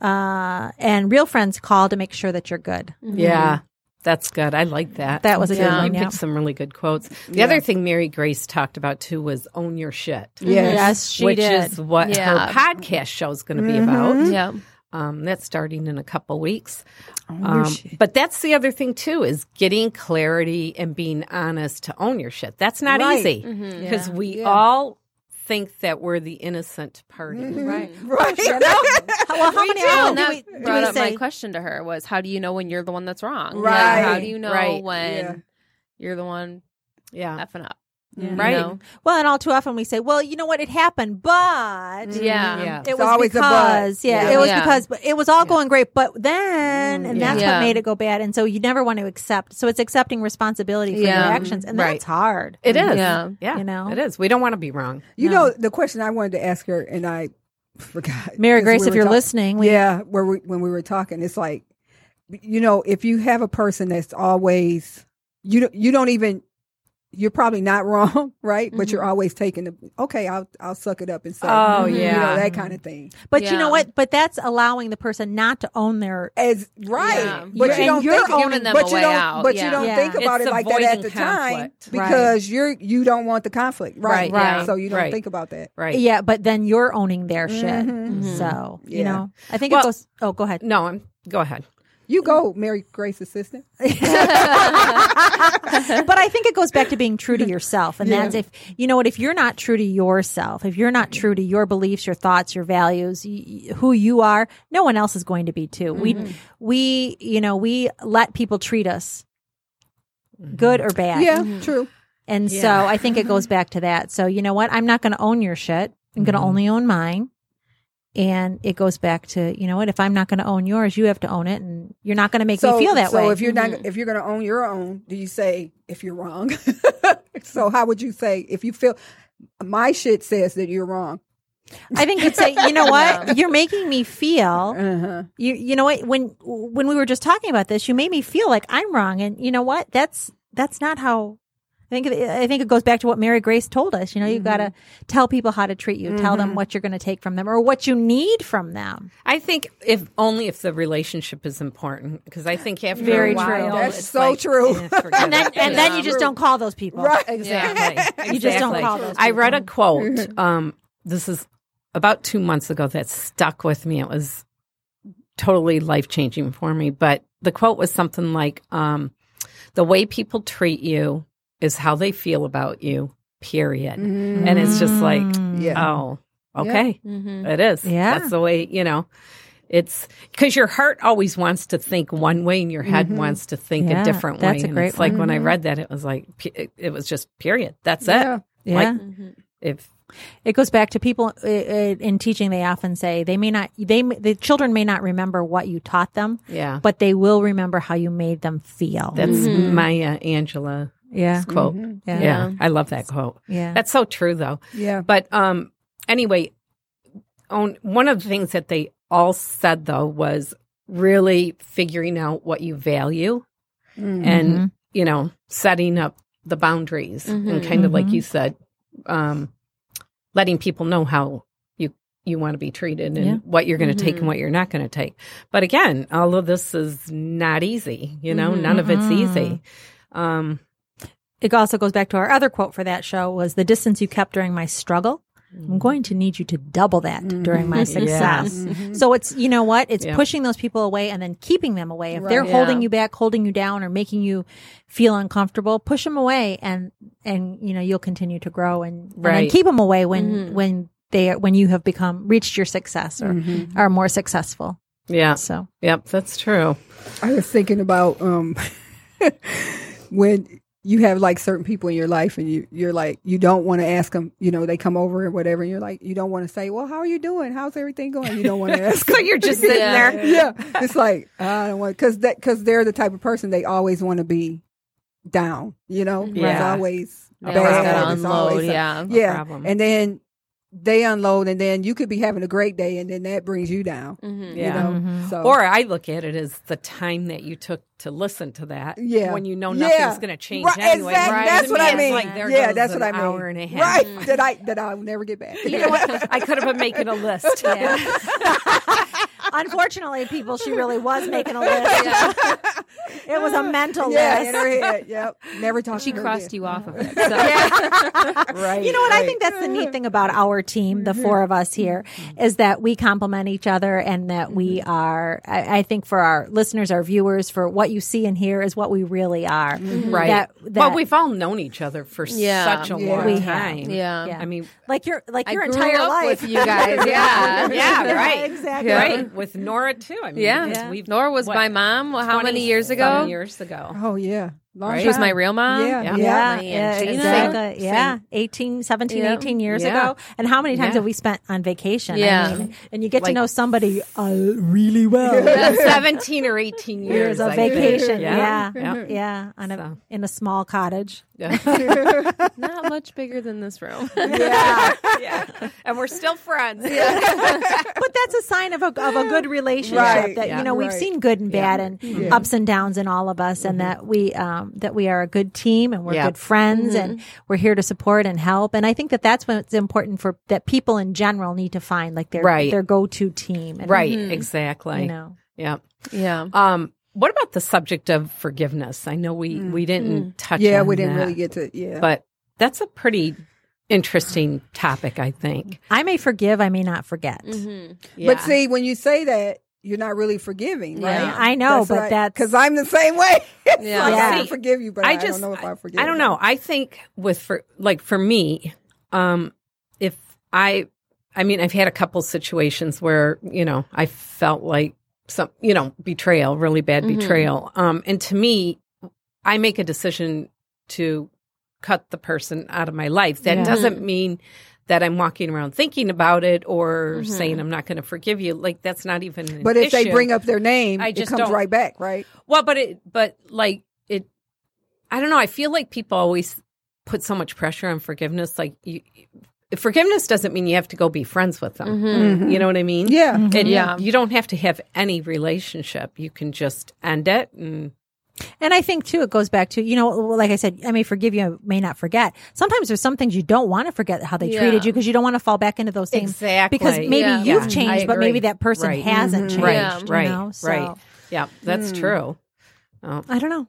Speaker 7: Uh, and real friends call to make sure that you're good.
Speaker 8: Yeah. That's good. I like that.
Speaker 7: Mm-hmm. That was a good
Speaker 5: Yeah.
Speaker 7: one.
Speaker 8: You
Speaker 7: yeah.
Speaker 8: picked some really good quotes. The other thing Mary Grace talked about too was own your shit.
Speaker 6: Yes.
Speaker 7: Yes, Mm, she
Speaker 8: which
Speaker 7: did. Mm-hmm.
Speaker 8: is what
Speaker 5: Yeah.
Speaker 8: her podcast show is going to be about.
Speaker 5: Yeah.
Speaker 8: Um, that's starting in a couple weeks. Um, but that's the other thing too is getting clarity and being honest to own your shit. That's not
Speaker 6: Right.
Speaker 8: easy because
Speaker 5: Mm-hmm.
Speaker 8: we all think that we're the innocent party.
Speaker 6: Mm-hmm.
Speaker 7: right.
Speaker 6: Right.
Speaker 7: Well, how many
Speaker 5: Well,
Speaker 7: hours
Speaker 5: and
Speaker 7: do
Speaker 5: that
Speaker 7: oh, we, do
Speaker 5: brought
Speaker 7: we
Speaker 5: up
Speaker 7: say?
Speaker 5: my question to her was, how do you know when you're the one that's wrong? Like,
Speaker 6: Right.
Speaker 5: how do you know
Speaker 8: Right.
Speaker 5: when
Speaker 6: Yeah.
Speaker 5: you're the one
Speaker 8: Yeah.
Speaker 5: effing up?
Speaker 6: Yeah.
Speaker 5: You
Speaker 8: Right.
Speaker 5: know?
Speaker 7: Well, and all too often we say, "Well, you know what? It happened, but
Speaker 5: Mm-hmm. Yeah.
Speaker 8: Yeah.
Speaker 7: it
Speaker 6: It's
Speaker 7: was
Speaker 6: always a but.
Speaker 7: because yeah,
Speaker 6: Yeah.
Speaker 7: it was
Speaker 5: Yeah.
Speaker 7: because but it was all going great, but then and that's
Speaker 5: Yeah.
Speaker 7: what made it go bad." And so you never want to accept. So it's accepting responsibility for
Speaker 5: Yeah.
Speaker 7: your actions, and
Speaker 8: Right.
Speaker 7: that's hard.
Speaker 8: It
Speaker 6: Mm-hmm.
Speaker 8: is.
Speaker 5: Yeah.
Speaker 8: Yeah.
Speaker 7: You know?
Speaker 8: It is. We don't want to be wrong.
Speaker 6: You know the question I wanted to ask her, and I forgot.
Speaker 7: Mary
Speaker 6: Because
Speaker 7: Grace,
Speaker 6: we
Speaker 7: if
Speaker 6: were
Speaker 7: you're
Speaker 6: talk-
Speaker 7: listening, we,
Speaker 6: yeah, where we, when we were talking, it's like, you know, if you have a person that's always you don't you don't even you're probably not wrong, right? But
Speaker 7: Mm-hmm.
Speaker 6: you're always taking the okay, I'll I'll suck it up and say,
Speaker 8: Oh,
Speaker 6: you know,
Speaker 8: yeah.
Speaker 6: that kind of thing.
Speaker 7: but you
Speaker 5: Yeah.
Speaker 7: know what? But that's allowing the person not to own their.
Speaker 6: As right,
Speaker 5: Yeah.
Speaker 6: but
Speaker 7: You're-
Speaker 6: you don't
Speaker 7: and you're
Speaker 6: think
Speaker 5: giving them
Speaker 6: but
Speaker 5: a
Speaker 6: you
Speaker 5: way
Speaker 6: don't
Speaker 5: out,
Speaker 6: but
Speaker 5: yeah.
Speaker 6: you don't
Speaker 7: Yeah.
Speaker 6: think about
Speaker 8: It's
Speaker 6: it like that at
Speaker 8: avoiding
Speaker 6: the time
Speaker 8: conflict.
Speaker 7: Right.
Speaker 6: because you're you don't want the conflict, right?
Speaker 8: Right, yeah.
Speaker 6: So you don't
Speaker 8: Right.
Speaker 6: think about that.
Speaker 8: Right.
Speaker 7: Yeah, but then you're owning their
Speaker 6: Mhm.
Speaker 7: shit. So you
Speaker 6: Yeah.
Speaker 7: know, I think
Speaker 8: Well-
Speaker 7: it goes. Oh, go ahead.
Speaker 8: No, I'm go ahead.
Speaker 6: You go, Mary Grace assistant.
Speaker 7: but I think it goes back to being true to yourself. And that's if, you know what, if you're not true to yourself, if you're not true to your beliefs, your thoughts, your values, y- y- who you are, no one else is going to be too.
Speaker 6: Mm-hmm.
Speaker 7: We, we, you know, we let people treat us good or bad.
Speaker 6: Mm-hmm. Yeah, true.
Speaker 7: And
Speaker 8: Yeah.
Speaker 7: so I think it goes back to that. So, you know what? I'm not going to own your shit. I'm
Speaker 6: Mm-hmm.
Speaker 7: going to only own mine. And it goes back to, you know what? If I'm not going to own yours, you have to own it. And you're not going to make me feel that
Speaker 6: so
Speaker 7: way. Mm-hmm.
Speaker 6: if you're not if you're going to own your own, do you say if you're wrong?
Speaker 7: Mm-hmm.
Speaker 6: so how would you say if you feel my shit says that you're wrong?
Speaker 7: I think you'd say, you know what? You're making me feel.
Speaker 8: Uh-huh.
Speaker 7: You you know what? When when we were just talking about this, you made me feel like I'm wrong, and you know what? That's that's not how. I think it- I think it goes back to what Mary Grace told us. You know, you got to
Speaker 8: Mm-hmm.
Speaker 7: tell people how to treat you. Tell them what you're going to take from them or what you need from them.
Speaker 8: I think if only if the relationship is important because I think after
Speaker 7: Very
Speaker 8: a while,
Speaker 7: true.
Speaker 6: That's
Speaker 8: it's
Speaker 6: so
Speaker 8: like,
Speaker 6: true.
Speaker 8: eh, forget
Speaker 7: And then
Speaker 8: it.
Speaker 7: and then you just don't call those people. Right.
Speaker 8: Exactly.
Speaker 7: You just don't
Speaker 8: Exactly.
Speaker 7: call those
Speaker 8: I read a quote. Um, this is about two months ago that stuck with me. It was totally life changing for me. But the quote was something like, um, "The way people treat you is how they feel about you." Period. And it's just like,
Speaker 6: Yeah.
Speaker 8: oh, okay,
Speaker 5: Mhm.
Speaker 8: it is.
Speaker 7: Yeah.
Speaker 8: that's the way you know. It's because your heart always wants to think one way and your head wants to think
Speaker 7: Mm-hmm. Yeah,
Speaker 8: a different way.
Speaker 7: that's a
Speaker 8: And
Speaker 7: great
Speaker 8: it's like
Speaker 7: one.
Speaker 8: when I read that, it was like, pe- it, it was just period. That's
Speaker 6: Yeah.
Speaker 8: it.
Speaker 7: Yeah.
Speaker 8: Like, if
Speaker 7: It goes back to people uh, uh, in teaching. They often say they may not they the children may not remember what you taught them,
Speaker 8: Yeah.
Speaker 7: but they will remember how you made them feel.
Speaker 8: That's Maya Angela
Speaker 7: Yeah.
Speaker 8: quote.
Speaker 6: Mm-hmm.
Speaker 7: Yeah.
Speaker 8: yeah. I love that quote.
Speaker 7: Yeah.
Speaker 8: That's so true, though.
Speaker 6: Yeah.
Speaker 8: But um, anyway, on one of the things that they all said though was really figuring out what you value
Speaker 6: Mm-hmm.
Speaker 8: and you know setting up the boundaries
Speaker 6: Mm-hmm.
Speaker 8: and kind of like you said, um, letting people know how you you want to be treated and
Speaker 7: Yeah.
Speaker 8: what you're going to
Speaker 6: Mm-hmm.
Speaker 8: take and what you're not going to take. But again, all of this is not easy. You know,
Speaker 6: Mm-hmm.
Speaker 8: none of it's easy. Um,
Speaker 7: it also goes back to our other quote for that show was the distance you kept during my struggle i'm going to need you to double that during my success so it's you know what it's
Speaker 8: Yeah.
Speaker 7: pushing those people away and then keeping them away if they're
Speaker 6: Right.
Speaker 7: holding
Speaker 5: Yeah.
Speaker 7: you back holding you down or making you feel uncomfortable push them away and and you know you'll continue to grow and, and then
Speaker 8: Right.
Speaker 7: keep them away when when they when you have become reached your success or are more successful
Speaker 8: yeah.
Speaker 7: so
Speaker 8: Yep. That's true.
Speaker 6: I was thinking about um, when you have like certain people in your life and you, you're like, you don't want to ask them, you know, they come over and whatever. And you're like, you don't want to say, well, how are you doing? How's everything going? You don't want to ask.
Speaker 8: So you're just sitting
Speaker 5: Yeah.
Speaker 8: there.
Speaker 6: yeah. It's like, I don't want, cause that, cause they're the type of person they always want to be down, you know? It's
Speaker 8: Yeah.
Speaker 6: always
Speaker 5: Yeah,
Speaker 6: bad.
Speaker 8: always gotta
Speaker 6: It's always
Speaker 5: unload,
Speaker 6: some-
Speaker 5: yeah.
Speaker 8: a
Speaker 6: Yeah.
Speaker 8: problem.
Speaker 6: And then they unload and then you could be having a great day and then that brings you down,
Speaker 8: Mm-hmm. Yeah.
Speaker 6: you know? So.
Speaker 8: Or I look at it as the time that you took to listen to that.
Speaker 6: Yeah.
Speaker 8: When you know
Speaker 6: Yeah.
Speaker 8: nothing's going to change
Speaker 6: Right,
Speaker 8: anyway.
Speaker 6: exactly.
Speaker 5: right?
Speaker 6: That's
Speaker 8: To
Speaker 6: what
Speaker 8: me,
Speaker 6: I
Speaker 8: it's
Speaker 6: mean.
Speaker 8: Like there
Speaker 6: yeah,
Speaker 8: goes
Speaker 6: that's
Speaker 8: an
Speaker 6: what I mean.
Speaker 8: Hour and a half.
Speaker 6: Right. That I that I will never get back.
Speaker 8: You know what? I could have been making a list.
Speaker 7: unfortunately people she really was making a list it was a mental
Speaker 6: yeah,
Speaker 7: list
Speaker 6: in her head. Yep. Never talk.
Speaker 5: She
Speaker 6: to her
Speaker 5: crossed
Speaker 6: again.
Speaker 5: you off of it.
Speaker 8: Right.
Speaker 7: You know what? I think that's the neat thing about our team, the four of us here, is that we complement each other and that we are, I, I think for our listeners, our viewers, for what you see and hear is what we really are.
Speaker 8: Right.
Speaker 7: That,
Speaker 8: but
Speaker 7: that-
Speaker 8: we've all known each other for
Speaker 5: Yeah.
Speaker 8: such a
Speaker 6: Yeah.
Speaker 8: long
Speaker 6: We have.
Speaker 8: time.
Speaker 5: Yeah.
Speaker 7: Yeah.
Speaker 8: I mean,
Speaker 7: like your, like
Speaker 5: I
Speaker 7: your
Speaker 5: grew
Speaker 7: entire
Speaker 5: up
Speaker 7: life.
Speaker 5: with you guys. Yeah.
Speaker 8: yeah, right.
Speaker 7: Exactly.
Speaker 8: Right. With Nora, too. I mean,
Speaker 5: Yeah.
Speaker 8: because
Speaker 5: We've,
Speaker 8: We've,
Speaker 5: Nora was
Speaker 8: what,
Speaker 5: my mom. Well, how
Speaker 8: 20
Speaker 5: many years
Speaker 8: some
Speaker 5: ago?
Speaker 8: years ago.
Speaker 6: Oh yeah. Long
Speaker 5: She was
Speaker 6: time.
Speaker 5: my real mom.
Speaker 6: Yeah.
Speaker 8: Yeah.
Speaker 7: Yeah,
Speaker 5: Melanie
Speaker 7: yeah,
Speaker 5: and Gina.
Speaker 7: exactly. Yeah, 18, 17,
Speaker 5: Yeah.
Speaker 7: 18 years
Speaker 8: Yeah.
Speaker 7: ago. And how many times
Speaker 8: Yeah.
Speaker 7: have we spent on vacation? I
Speaker 5: Yeah.
Speaker 7: mean, and you get to
Speaker 8: Like-
Speaker 7: know somebody uh, really well.
Speaker 8: 17 or 18 years.
Speaker 7: years of
Speaker 8: I think.
Speaker 7: vacation.
Speaker 8: Yeah.
Speaker 7: Yeah. Yeah. On a,
Speaker 8: So.
Speaker 7: In a small cottage.
Speaker 8: Yeah.
Speaker 5: Not much bigger than this room.
Speaker 8: yeah. And we're still friends.
Speaker 7: But that's a sign of a, of a good relationship
Speaker 6: Right.
Speaker 7: that,
Speaker 8: Yeah. Mm-hmm.
Speaker 7: you know, we've
Speaker 6: Right.
Speaker 7: seen good and bad and ups and downs in all of us and that we, um, that we are a good team and we're
Speaker 8: Yeah. Mm-hmm.
Speaker 7: good friends and we're here to support and help. And I think that that's what's important for that people in general need to find like their,
Speaker 8: Right.
Speaker 7: their go-to team. And,
Speaker 8: Right. Exactly.
Speaker 7: You know,
Speaker 8: Yeah.
Speaker 5: yeah.
Speaker 8: Um, what about the subject of forgiveness? I know we we didn't touch.
Speaker 6: Yeah,
Speaker 8: on
Speaker 6: we didn't
Speaker 8: that,
Speaker 6: really get to yeah.
Speaker 8: but that's a pretty interesting topic. I think.
Speaker 7: I may forgive, I may not forget.
Speaker 8: Mm-hmm. Yeah.
Speaker 6: But see, when you say that, you're not really forgiving, right?
Speaker 5: Yeah.
Speaker 7: I know, but that's
Speaker 6: because I'm the same way. It's
Speaker 5: Yeah.
Speaker 6: like,
Speaker 7: Yeah.
Speaker 6: I can forgive you, but I,
Speaker 8: I just
Speaker 6: don't know if I forgive.
Speaker 8: I don't know. I think with for like for me, um, if I, I mean, I've had a couple situations where you know I felt like some you know betrayal, really bad betrayal. Um, and to me, I make a decision to cut the person out of my life. That
Speaker 7: Yeah.
Speaker 8: doesn't mean that I'm walking around thinking about it or saying I'm not going to forgive you. Like that's not even. An
Speaker 6: But if they
Speaker 8: issue.
Speaker 6: bring up their name,
Speaker 8: I
Speaker 6: it
Speaker 8: just
Speaker 6: comes
Speaker 8: don't-
Speaker 6: right back, right?
Speaker 8: Well, but it, but like it, I don't know. I feel like people always put so much pressure on forgiveness. Like you, forgiveness doesn't mean you have to go be friends with them. You know what I mean?
Speaker 6: Yeah.
Speaker 8: And
Speaker 5: Mm-hmm. Yeah.
Speaker 8: you don't have to have any relationship. You can just end it. And
Speaker 7: And I think too, it goes back to, you know, like I said, I may forgive you, I may not forget. Sometimes there's some things you don't want to forget how they
Speaker 5: Yeah.
Speaker 7: treated you because you don't want to fall back into those things.
Speaker 8: Exactly.
Speaker 7: Because maybe
Speaker 5: Yeah.
Speaker 7: you've
Speaker 8: Yeah, I
Speaker 7: changed, but maybe
Speaker 8: agree.
Speaker 7: that person
Speaker 8: Right.
Speaker 7: hasn't changed.
Speaker 8: right,
Speaker 5: Yeah.
Speaker 8: right,
Speaker 7: you know? So,
Speaker 8: right. Yeah, that's true.
Speaker 7: I don't know.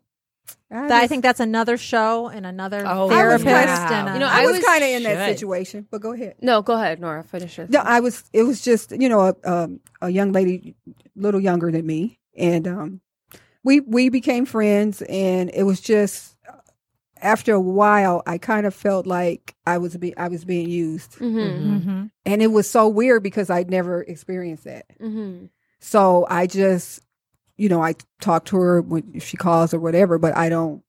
Speaker 6: I,
Speaker 7: I
Speaker 6: just-
Speaker 7: think that's another show and another
Speaker 8: Oh,
Speaker 7: therapist.
Speaker 6: wow.
Speaker 7: And a-
Speaker 5: You know,
Speaker 6: I,
Speaker 5: I
Speaker 6: was,
Speaker 5: was
Speaker 6: kind of in that
Speaker 8: should.
Speaker 6: situation, but go ahead.
Speaker 5: No, go ahead, Nora. Finish it.
Speaker 6: No, I was. It was just you know a um, a young lady, little younger than me, and um, we we became friends, and it was just after a while, I kind of felt like I was be I was being used,
Speaker 5: Mm-hmm.
Speaker 7: Mhm.
Speaker 6: and it was so weird because I'd never experienced that.
Speaker 5: Mm-hmm.
Speaker 6: So I just, you know, I talk to her when if she calls or whatever, but I don't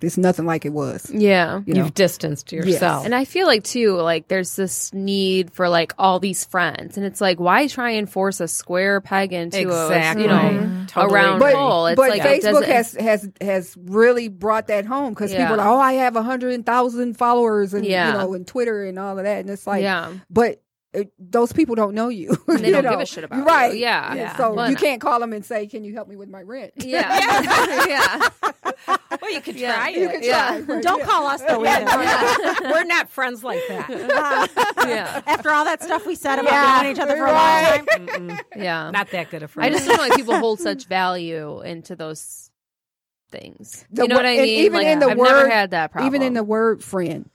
Speaker 6: It's nothing like it was.
Speaker 5: Yeah.
Speaker 6: You know?
Speaker 8: You've distanced yourself.
Speaker 5: And I feel like too, like there's this need for like all these friends, and it's like why try and force a square peg into
Speaker 8: Exactly.
Speaker 5: a you know
Speaker 8: Mhm. Totally
Speaker 5: a round
Speaker 8: agree.
Speaker 5: hole? It's
Speaker 6: but
Speaker 5: like it
Speaker 6: Facebook
Speaker 5: doesn't-
Speaker 6: has has has really brought that home because
Speaker 5: Yeah.
Speaker 6: people are oh I have a hundred thousand followers and
Speaker 5: Yeah.
Speaker 6: you know and Twitter and all of that and it's like
Speaker 5: Yeah.
Speaker 6: but it, those people don't know you
Speaker 5: And they
Speaker 6: you
Speaker 5: don't give
Speaker 6: know.
Speaker 5: a shit about you.
Speaker 6: right
Speaker 5: Yeah. Yeah.
Speaker 6: so
Speaker 5: Why
Speaker 6: you
Speaker 5: not?
Speaker 6: can't call them and say can you help me with my rent
Speaker 5: yeah yeah
Speaker 8: well, you could
Speaker 5: try
Speaker 6: you can
Speaker 5: Yeah.
Speaker 6: try, right?
Speaker 7: Don't
Speaker 6: Yeah.
Speaker 7: call us though. Either. We're not friends like that.
Speaker 5: yeah
Speaker 7: After all that stuff we said about
Speaker 6: Yeah.
Speaker 7: knowing each other for a
Speaker 6: Right.
Speaker 7: long time,
Speaker 5: yeah.
Speaker 8: Not that good a friend.
Speaker 5: I just don't know why people hold such value into those things.
Speaker 6: The
Speaker 5: you know
Speaker 6: wo-
Speaker 5: what I
Speaker 6: and
Speaker 5: mean?
Speaker 6: even
Speaker 5: Like,
Speaker 6: in the
Speaker 5: I've never
Speaker 6: word-
Speaker 5: had that problem. Mm-hmm.
Speaker 6: Even in the word friend,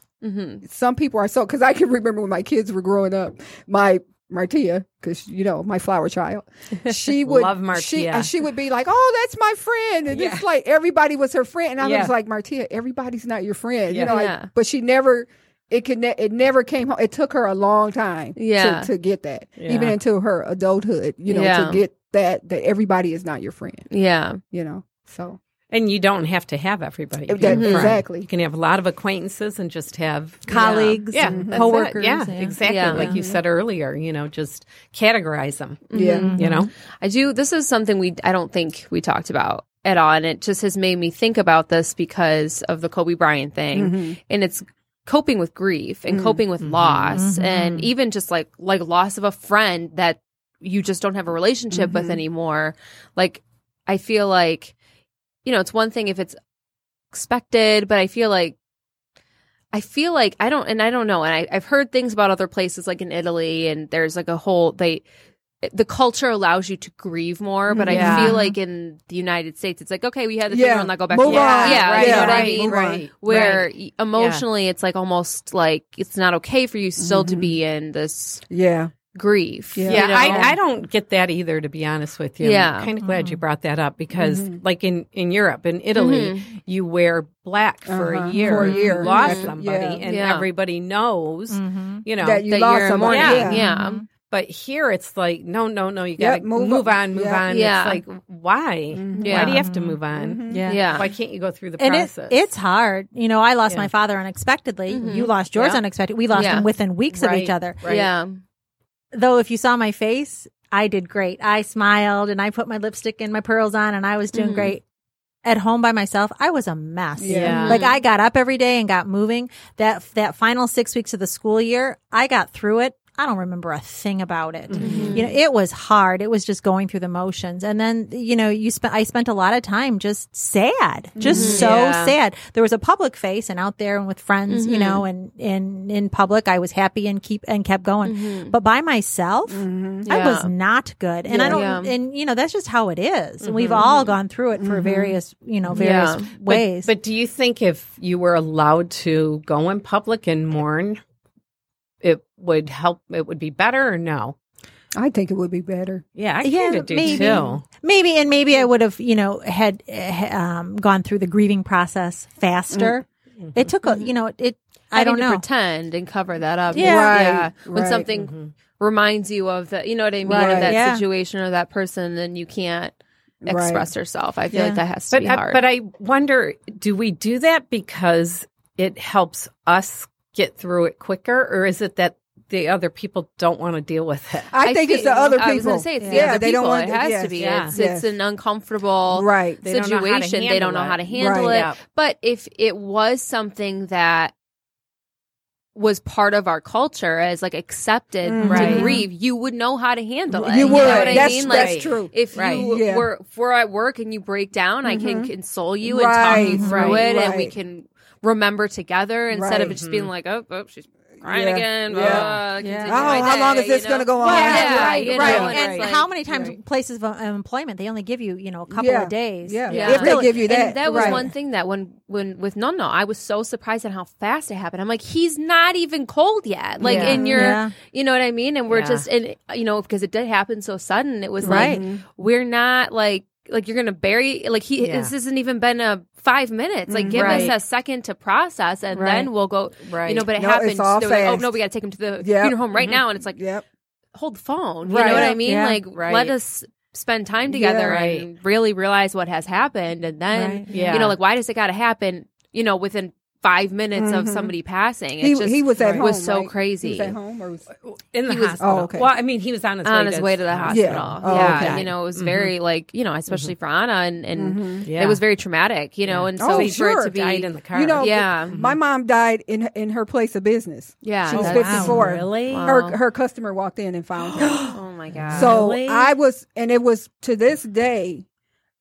Speaker 6: some people are so. Because I can remember when my kids were growing up, my Martia, because you know my flower child, she would
Speaker 8: Love
Speaker 6: She,
Speaker 8: Martia.
Speaker 6: she would be like, "Oh, that's my friend," and it's like everybody was her friend, and I
Speaker 8: Yeah.
Speaker 6: was like, "Martia, everybody's not your friend,"
Speaker 8: Yeah.
Speaker 6: you know. like-
Speaker 5: Yeah.
Speaker 6: but she never. It could. Ne- it never came home. It took her a long time.
Speaker 5: Yeah.
Speaker 6: To, to get that, even
Speaker 8: Yeah.
Speaker 6: into her adulthood, you know,
Speaker 5: Yeah.
Speaker 6: to get that that everybody is not your friend,
Speaker 5: yeah,
Speaker 6: you know. So
Speaker 8: and you don't have to have everybody.
Speaker 6: that-
Speaker 8: be your friend.
Speaker 6: exactly.
Speaker 8: You can have a lot of acquaintances and just have
Speaker 7: colleagues,
Speaker 8: Yeah,
Speaker 7: and
Speaker 8: that's it.
Speaker 7: coworkers,
Speaker 8: Yeah,
Speaker 7: and-
Speaker 8: exactly.
Speaker 5: Yeah.
Speaker 8: Like you said earlier, you know, just categorize them.
Speaker 6: yeah.
Speaker 5: Mm-hmm.
Speaker 7: Mm-hmm.
Speaker 8: You know,
Speaker 5: I do. This is something we I don't think we talked about at all, and it just has made me think about this because of the Kobe Bryant
Speaker 6: Mm-hmm.
Speaker 5: thing, and it's coping with grief and coping with loss,
Speaker 6: Mm-hmm.
Speaker 5: and even just like like loss of a friend that you just don't have a relationship with
Speaker 6: Mm-hmm.
Speaker 5: anymore. Like I feel like you know it's one thing if it's expected, but I feel like I feel like I don't, and I don't know. And I, I've heard things about other places, like in Italy, and there's like a whole they, the culture allows you to grieve more. But I
Speaker 8: Yeah.
Speaker 5: feel like in the United States, it's like okay, we had the
Speaker 6: Mm-hmm. Yeah.
Speaker 5: funeral, and now go back.
Speaker 6: Move
Speaker 5: to
Speaker 6: on.
Speaker 5: yeah,
Speaker 6: Right,
Speaker 5: you know what I
Speaker 6: right,
Speaker 5: mean.
Speaker 6: move on.
Speaker 5: Where y- emotionally, it's like almost like it's not okay for you still to be in this
Speaker 6: Yeah.
Speaker 5: grief.
Speaker 6: Mm-hmm. Yeah.
Speaker 5: you
Speaker 8: Yeah,
Speaker 5: know?
Speaker 8: I, I don't get that either, to be honest with you.
Speaker 5: Yeah.
Speaker 8: I'm kind of glad you brought that up because, like in, in Europe, in Italy, you wear black for
Speaker 6: Uh-huh.
Speaker 8: a year.
Speaker 6: For a year.
Speaker 8: You lost
Speaker 6: Mhm.
Speaker 8: somebody,
Speaker 6: Yeah.
Speaker 8: and
Speaker 5: Yeah.
Speaker 8: everybody knows,
Speaker 7: Mm-hmm.
Speaker 8: you know.
Speaker 6: That you
Speaker 5: that
Speaker 6: lost
Speaker 5: you're
Speaker 6: someone.
Speaker 5: mourning.
Speaker 8: Yeah.
Speaker 5: Yeah.
Speaker 8: but here it's like, no, no, no, you
Speaker 6: Yeah,
Speaker 8: got to
Speaker 6: move
Speaker 8: move,
Speaker 6: on.
Speaker 8: on, move
Speaker 6: Yeah. Mm-hmm.
Speaker 8: on.
Speaker 5: Yeah.
Speaker 8: It's like, why? Why
Speaker 5: Yeah.
Speaker 8: do you have to move on?
Speaker 7: yeah.
Speaker 5: Yeah.
Speaker 8: Why can't you go through the
Speaker 7: And it,
Speaker 8: process?
Speaker 7: it's hard. You know, I lost
Speaker 8: Yeah.
Speaker 7: my father unexpectedly. You lost yours
Speaker 8: Yeah.
Speaker 7: unexpectedly. We lost
Speaker 5: Yeah.
Speaker 7: him within weeks of
Speaker 8: Right.
Speaker 7: each other.
Speaker 8: Right.
Speaker 5: Yeah.
Speaker 7: Though, if you saw my face, I did great. I smiled and I put my lipstick and my pearls on, and I was doing great. At home by myself, I was a mess.
Speaker 8: Yeah.
Speaker 7: Like I got up every day and got moving. That that final six weeks of the school year, I got through it. I don't remember a thing about it. You know, it was hard. It was just going through the motions. And then, you know, you spent I spent a lot of time just sad. Just so
Speaker 5: Yeah.
Speaker 7: sad. There was a public face and out there and with friends, you know, and in in public I was happy and keep and kept going. But by myself, I was
Speaker 5: Yeah.
Speaker 7: not good. And I don't
Speaker 5: Yeah.
Speaker 7: and you know, that's just how it is. And we've all gone through it for various, you know, various
Speaker 5: Yeah.
Speaker 8: But-
Speaker 7: ways.
Speaker 8: But, do you think if you were allowed to go in public and mourn, it would help? It would be better, or no?
Speaker 6: I think it would be better.
Speaker 8: Yeah, I kind of do too.
Speaker 7: Maybe, and maybe I would have, you know, had eh, um, gone through the grieving process faster. It took a, you know, it. it I
Speaker 5: Having
Speaker 7: don't
Speaker 5: to
Speaker 7: know.
Speaker 5: pretend and cover that up.
Speaker 7: Yeah.
Speaker 6: Right,
Speaker 5: yeah. When
Speaker 6: right.
Speaker 5: something
Speaker 6: Mm-hmm.
Speaker 5: reminds you of that, you know what I mean,
Speaker 6: Right.
Speaker 5: of that
Speaker 7: Yeah.
Speaker 5: situation or that person, then you can't
Speaker 6: Right.
Speaker 5: express yourself. I feel like that has to
Speaker 8: But
Speaker 5: be
Speaker 8: I,
Speaker 5: hard.
Speaker 8: but I wonder, do we do that because it helps us get through it quicker, or is it that the other people don't want to deal with it?
Speaker 6: I, think it's the other people.
Speaker 5: I was going to say it's the
Speaker 6: yeah,
Speaker 5: other
Speaker 6: they
Speaker 5: people.
Speaker 6: don't want
Speaker 5: it has
Speaker 6: yes,
Speaker 5: to be.
Speaker 8: yeah.
Speaker 5: It's,
Speaker 6: Yes.
Speaker 5: it's an uncomfortable
Speaker 6: Right.
Speaker 8: They don't know how to
Speaker 5: situation. they don't know
Speaker 8: handle
Speaker 5: how
Speaker 8: it.
Speaker 5: to handle
Speaker 6: Right.
Speaker 5: it.
Speaker 8: Yeah.
Speaker 5: But if it was something that was part of our culture as like accepted
Speaker 8: Right.
Speaker 5: to grieve, you would know how to handle it.
Speaker 6: You
Speaker 5: know
Speaker 6: would.
Speaker 5: what I
Speaker 6: that's
Speaker 5: mean? Like,
Speaker 6: that's
Speaker 8: Right.
Speaker 6: true.
Speaker 5: if you
Speaker 8: Right.
Speaker 6: Yeah. Mm-hmm.
Speaker 5: were if we're at work and you break down, I can console you and
Speaker 6: Right,
Speaker 5: talk you through
Speaker 6: right,
Speaker 5: it, and we
Speaker 6: right.
Speaker 5: can remember together instead of
Speaker 6: Right.
Speaker 5: it just being like, oh, oh she's crying
Speaker 6: Yeah,
Speaker 5: again.
Speaker 6: yeah.
Speaker 5: blah, continue
Speaker 6: oh,
Speaker 5: my
Speaker 6: how long
Speaker 5: day,"
Speaker 6: is this
Speaker 5: you know?
Speaker 6: going to go on?
Speaker 5: Yeah,
Speaker 7: Yeah,
Speaker 5: right,
Speaker 7: right,
Speaker 5: you
Speaker 7: right.
Speaker 5: know, and
Speaker 7: And
Speaker 5: it's
Speaker 7: how
Speaker 5: like-
Speaker 7: many times places of employment they only give you, you know, a couple
Speaker 6: Yeah.
Speaker 7: of days.
Speaker 6: Yeah.
Speaker 5: Yeah.
Speaker 6: If they
Speaker 5: Really.
Speaker 6: give you that.
Speaker 5: And that was
Speaker 6: right.
Speaker 5: one thing that when when with no no, I was so surprised at how fast it happened. I'm like, he's not even cold yet. Like
Speaker 8: Yeah.
Speaker 5: in your,
Speaker 7: Yeah.
Speaker 5: you know what I mean? And we're
Speaker 8: Yeah.
Speaker 5: just and you know because it did happen so sudden. It was
Speaker 7: Right.
Speaker 5: like we're not like like you're gonna bury like he
Speaker 8: Yeah.
Speaker 5: this isn't even been a five minutes. Like give
Speaker 8: Right.
Speaker 5: us a second to process and then we'll go.
Speaker 8: Right.
Speaker 5: You know, but it
Speaker 6: Mm-hmm. No, it's
Speaker 5: happened.
Speaker 6: all
Speaker 5: They were like, oh
Speaker 6: fast.
Speaker 5: no, we got to take him to the
Speaker 6: Yep. Mm-hmm.
Speaker 5: funeral home right now, and it's like
Speaker 6: Yep.
Speaker 5: hold the phone. You
Speaker 8: Right.
Speaker 5: know what I mean?
Speaker 7: Yeah.
Speaker 5: Like
Speaker 8: Right.
Speaker 5: let us spend time together
Speaker 8: Yeah.
Speaker 5: and really realize what has happened and then
Speaker 7: Right.
Speaker 5: you
Speaker 8: Yeah.
Speaker 5: know like why does it got to happen you know, within five minutes of somebody passing. It
Speaker 6: Mm-hmm. He,
Speaker 5: just
Speaker 6: he was at home.
Speaker 5: was so
Speaker 6: right?
Speaker 5: crazy.
Speaker 6: He was at home or was,
Speaker 8: in the
Speaker 5: He was-
Speaker 8: hospital.
Speaker 6: Oh, okay.
Speaker 8: Well, I mean, he was on his
Speaker 5: on
Speaker 8: way
Speaker 5: his
Speaker 8: to,
Speaker 5: way to the hospital. Yeah,
Speaker 6: Oh, okay. Mm-hmm.
Speaker 5: you know, it was very like you know, especially for Anna, and, and
Speaker 8: Yeah.
Speaker 5: it was very traumatic. You know, and so
Speaker 6: Oh,
Speaker 5: for it
Speaker 6: sure.
Speaker 5: to be
Speaker 8: died in the car.
Speaker 6: you know,
Speaker 5: Yeah. Mm-hmm.
Speaker 6: my mom died in in her place of business.
Speaker 5: yeah,
Speaker 6: She was
Speaker 5: that's-
Speaker 6: 54.
Speaker 7: Really?
Speaker 6: Her her customer walked in and found her.
Speaker 5: oh my god,
Speaker 6: So
Speaker 7: Really?
Speaker 6: I was, and it was to this day,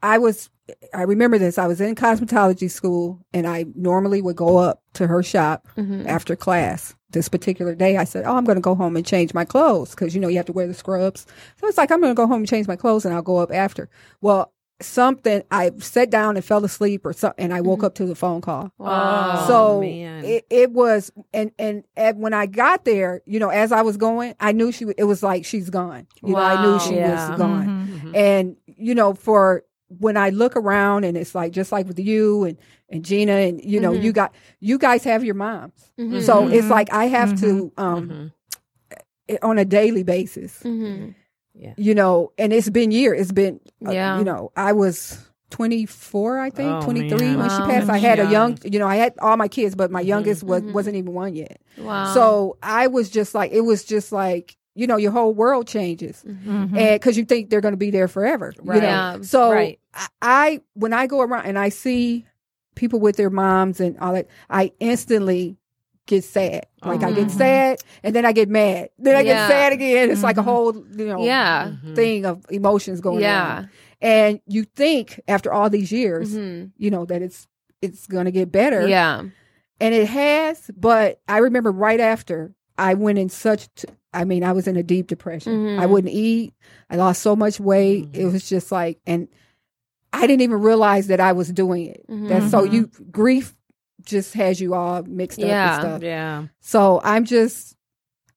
Speaker 6: I was, I remember this. I was in cosmetology school and I normally would go up to her shop after class. This particular day, I said, Oh, I'm going to go home and change my clothes because, you know, you have to wear the scrubs. So it's like, I'm going to go home and change my clothes and I'll go up after. Well, something, I sat down and fell asleep or something, and I woke up to the phone call
Speaker 5: wow.
Speaker 6: so
Speaker 8: Oh, man.
Speaker 6: It, it was and, and and when i got there you know as i was going i knew she it was like she's gone you know i
Speaker 5: Wow.
Speaker 6: knew she
Speaker 8: Yeah.
Speaker 6: was gone
Speaker 7: Mm-hmm.
Speaker 6: and you know for when i look around and it's like just like with you and and gina and you know you got you guys have your moms so it's like i have to um eh, on a daily basis
Speaker 5: Mhm.
Speaker 6: you know, and it's been year. It's been, uh,
Speaker 5: Yeah.
Speaker 6: you know, I was 24, I think,
Speaker 8: Oh,
Speaker 6: 23
Speaker 8: man.
Speaker 6: when she
Speaker 5: Wow.
Speaker 6: passed. I
Speaker 8: That's
Speaker 6: had
Speaker 8: young.
Speaker 6: a young, you know, I had all my kids, but my youngest was, wasn't even one yet.
Speaker 5: wow.
Speaker 6: So I was just like, it was just like, you know, your whole world changes
Speaker 7: Mm-hmm.
Speaker 6: and because you think they're going to be there forever. you
Speaker 8: Right.
Speaker 6: know?
Speaker 5: Yeah.
Speaker 6: So
Speaker 8: Right.
Speaker 6: I, I, when I go around and I see people with their moms and all that, I instantly get sad. Like I get sad and then I get mad. Then I
Speaker 5: Mm-hmm. Yeah.
Speaker 6: get
Speaker 5: Mm-hmm.
Speaker 6: sad again. It's like a whole, you know,
Speaker 5: Yeah.
Speaker 6: thing of emotions going
Speaker 5: Yeah.
Speaker 6: on. And you think after all these years,
Speaker 5: Mhm.
Speaker 6: you know, that it's it's gonna get better.
Speaker 5: yeah,
Speaker 6: And it has, but I remember right after I went in such t- I mean, I was in a deep depression.
Speaker 5: Mhm.
Speaker 6: I wouldn't eat. I lost so much weight. It was just like and I didn't even realize that I was doing it. That's so you grief just has you all mixed
Speaker 5: Yeah.
Speaker 6: up and stuff.
Speaker 8: yeah.
Speaker 6: So I'm just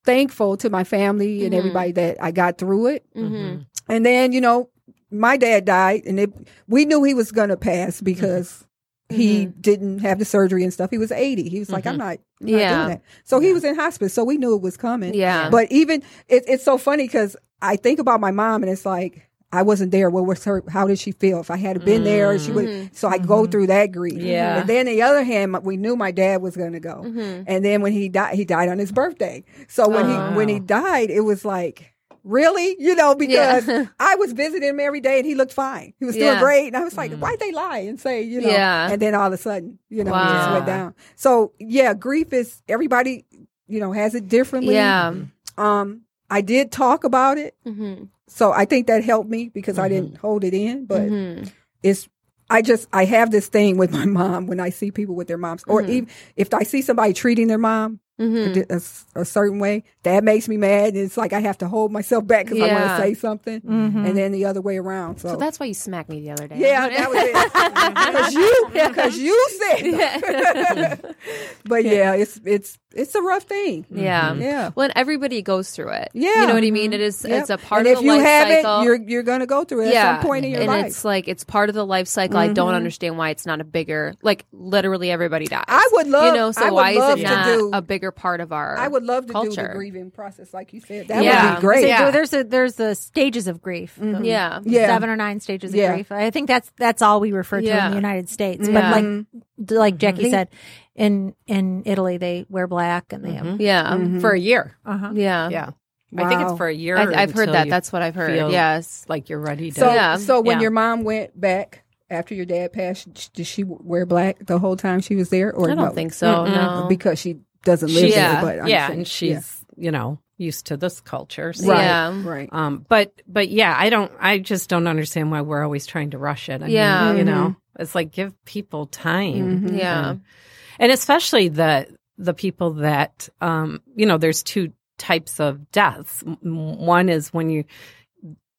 Speaker 6: thankful to my family and
Speaker 5: Mhm.
Speaker 6: everybody that I got through it. Mm-hmm.
Speaker 5: hmm
Speaker 6: And then, you know, my dad died and it, we knew he was going to pass
Speaker 5: Mm-hmm.
Speaker 6: because he didn't have the surgery and stuff. He was 80. He was like, I'm not, I'm not
Speaker 5: Mm-hmm. Yeah.
Speaker 6: doing that. So he was in hospice. So we knew it was coming.
Speaker 5: Yeah.
Speaker 6: But even it, it's so funny because I think about my mom and it's like, I wasn't there. What was her? How did she feel? If I had been there, she
Speaker 5: Mm-hmm.
Speaker 6: would. So I go through that grief.
Speaker 8: Yeah.
Speaker 6: And then the other hand, my- we knew my dad was going to go.
Speaker 5: Mm-hmm.
Speaker 6: Mm-hmm. And then when he died, he died on his birthday. So when
Speaker 5: Oh,
Speaker 6: he when he died, it was like, really, you know, because
Speaker 5: Yeah.
Speaker 6: I was visiting him every day and he looked fine. He was doing
Speaker 5: Yeah.
Speaker 6: great, and I was like, why'd they lie and say, you know?
Speaker 5: Yeah.
Speaker 6: And then all of a sudden, you know, it just
Speaker 5: Wow.
Speaker 6: went down. So yeah, grief is everybody, you know, has it differently.
Speaker 5: yeah,
Speaker 6: Um, I did talk about it,
Speaker 5: hmm
Speaker 6: so I think that helped me because I didn't
Speaker 5: Mm-hmm.
Speaker 6: hold it in, but it's I just I have this thing with my mom when I see people with their moms, or
Speaker 5: Mm-hmm.
Speaker 6: even if I see somebody treating their mom a di- a, s- a certain way, that makes me mad, and it's like I have to hold myself back because I want
Speaker 5: Yeah.
Speaker 6: to say something, and then the other way around. So,
Speaker 5: So that's why you smacked me the other day.
Speaker 6: yeah, that was it because you because you said, but yeah, it's it's it's a rough thing.
Speaker 5: yeah,
Speaker 6: Mm-hmm. Yeah.
Speaker 5: When everybody goes through it,
Speaker 6: Yeah,
Speaker 5: you know what I mean. It is,
Speaker 6: Yep.
Speaker 5: it's a part
Speaker 6: and
Speaker 5: of
Speaker 6: if
Speaker 5: the
Speaker 6: you
Speaker 5: life
Speaker 6: have
Speaker 5: cycle.
Speaker 6: it, you're you're gonna go through it at some point in your
Speaker 5: and
Speaker 6: life. Mm-hmm.
Speaker 5: it's like it's part of the life cycle. I don't understand why it's not a bigger like literally everybody dies.
Speaker 6: I would love-
Speaker 5: you know, so
Speaker 6: I would
Speaker 5: why
Speaker 6: love
Speaker 5: is it
Speaker 6: to
Speaker 5: not
Speaker 6: do-
Speaker 5: a bigger part of our?
Speaker 6: I would love to do
Speaker 5: culture.
Speaker 6: the grieving process, like you said. That
Speaker 5: Yeah.
Speaker 6: would be great.
Speaker 7: They do-
Speaker 5: Yeah.
Speaker 7: there's a, there's the stages of grief. the
Speaker 5: Yeah.
Speaker 6: Yeah.
Speaker 7: Seven or nine stages of
Speaker 6: Yeah.
Speaker 7: grief. I think that's that's all we refer to
Speaker 5: Yeah.
Speaker 7: in the United States.
Speaker 5: Yeah.
Speaker 7: But like
Speaker 6: Mm-hmm.
Speaker 7: like Jackie said, in in Italy they wear black and they have
Speaker 5: Yeah,
Speaker 6: Mm-hmm.
Speaker 8: For a year.
Speaker 7: uh-huh.
Speaker 5: yeah,
Speaker 8: Yeah. I think it's
Speaker 6: Wow.
Speaker 8: for a year.
Speaker 5: I, I've heard
Speaker 8: until
Speaker 5: that.
Speaker 8: you
Speaker 5: That's what I've heard.
Speaker 8: feel
Speaker 5: yes.
Speaker 8: Like you're ready to.
Speaker 6: So,
Speaker 5: Yeah.
Speaker 6: so when
Speaker 8: Yeah.
Speaker 6: your mom went back after your dad passed, sh- did she wear black the whole time she was there? Or
Speaker 5: I don't
Speaker 6: no?
Speaker 5: think so. No.
Speaker 6: because she doesn't live
Speaker 8: she's,
Speaker 6: there.
Speaker 5: Yeah.
Speaker 6: But I'm
Speaker 8: yeah,
Speaker 6: saying-
Speaker 8: and she's you know used to this culture. So.
Speaker 6: right,
Speaker 5: Yeah.
Speaker 6: right.
Speaker 8: Um, but but yeah, I don't. I just don't understand why we're always trying to rush it. I mean,
Speaker 5: Yeah.
Speaker 8: you know,
Speaker 6: Mm-hmm.
Speaker 8: it's like give people time.
Speaker 5: Yeah.
Speaker 8: And, and especially the the people that um, you know, there's two types of deaths. M- One is when you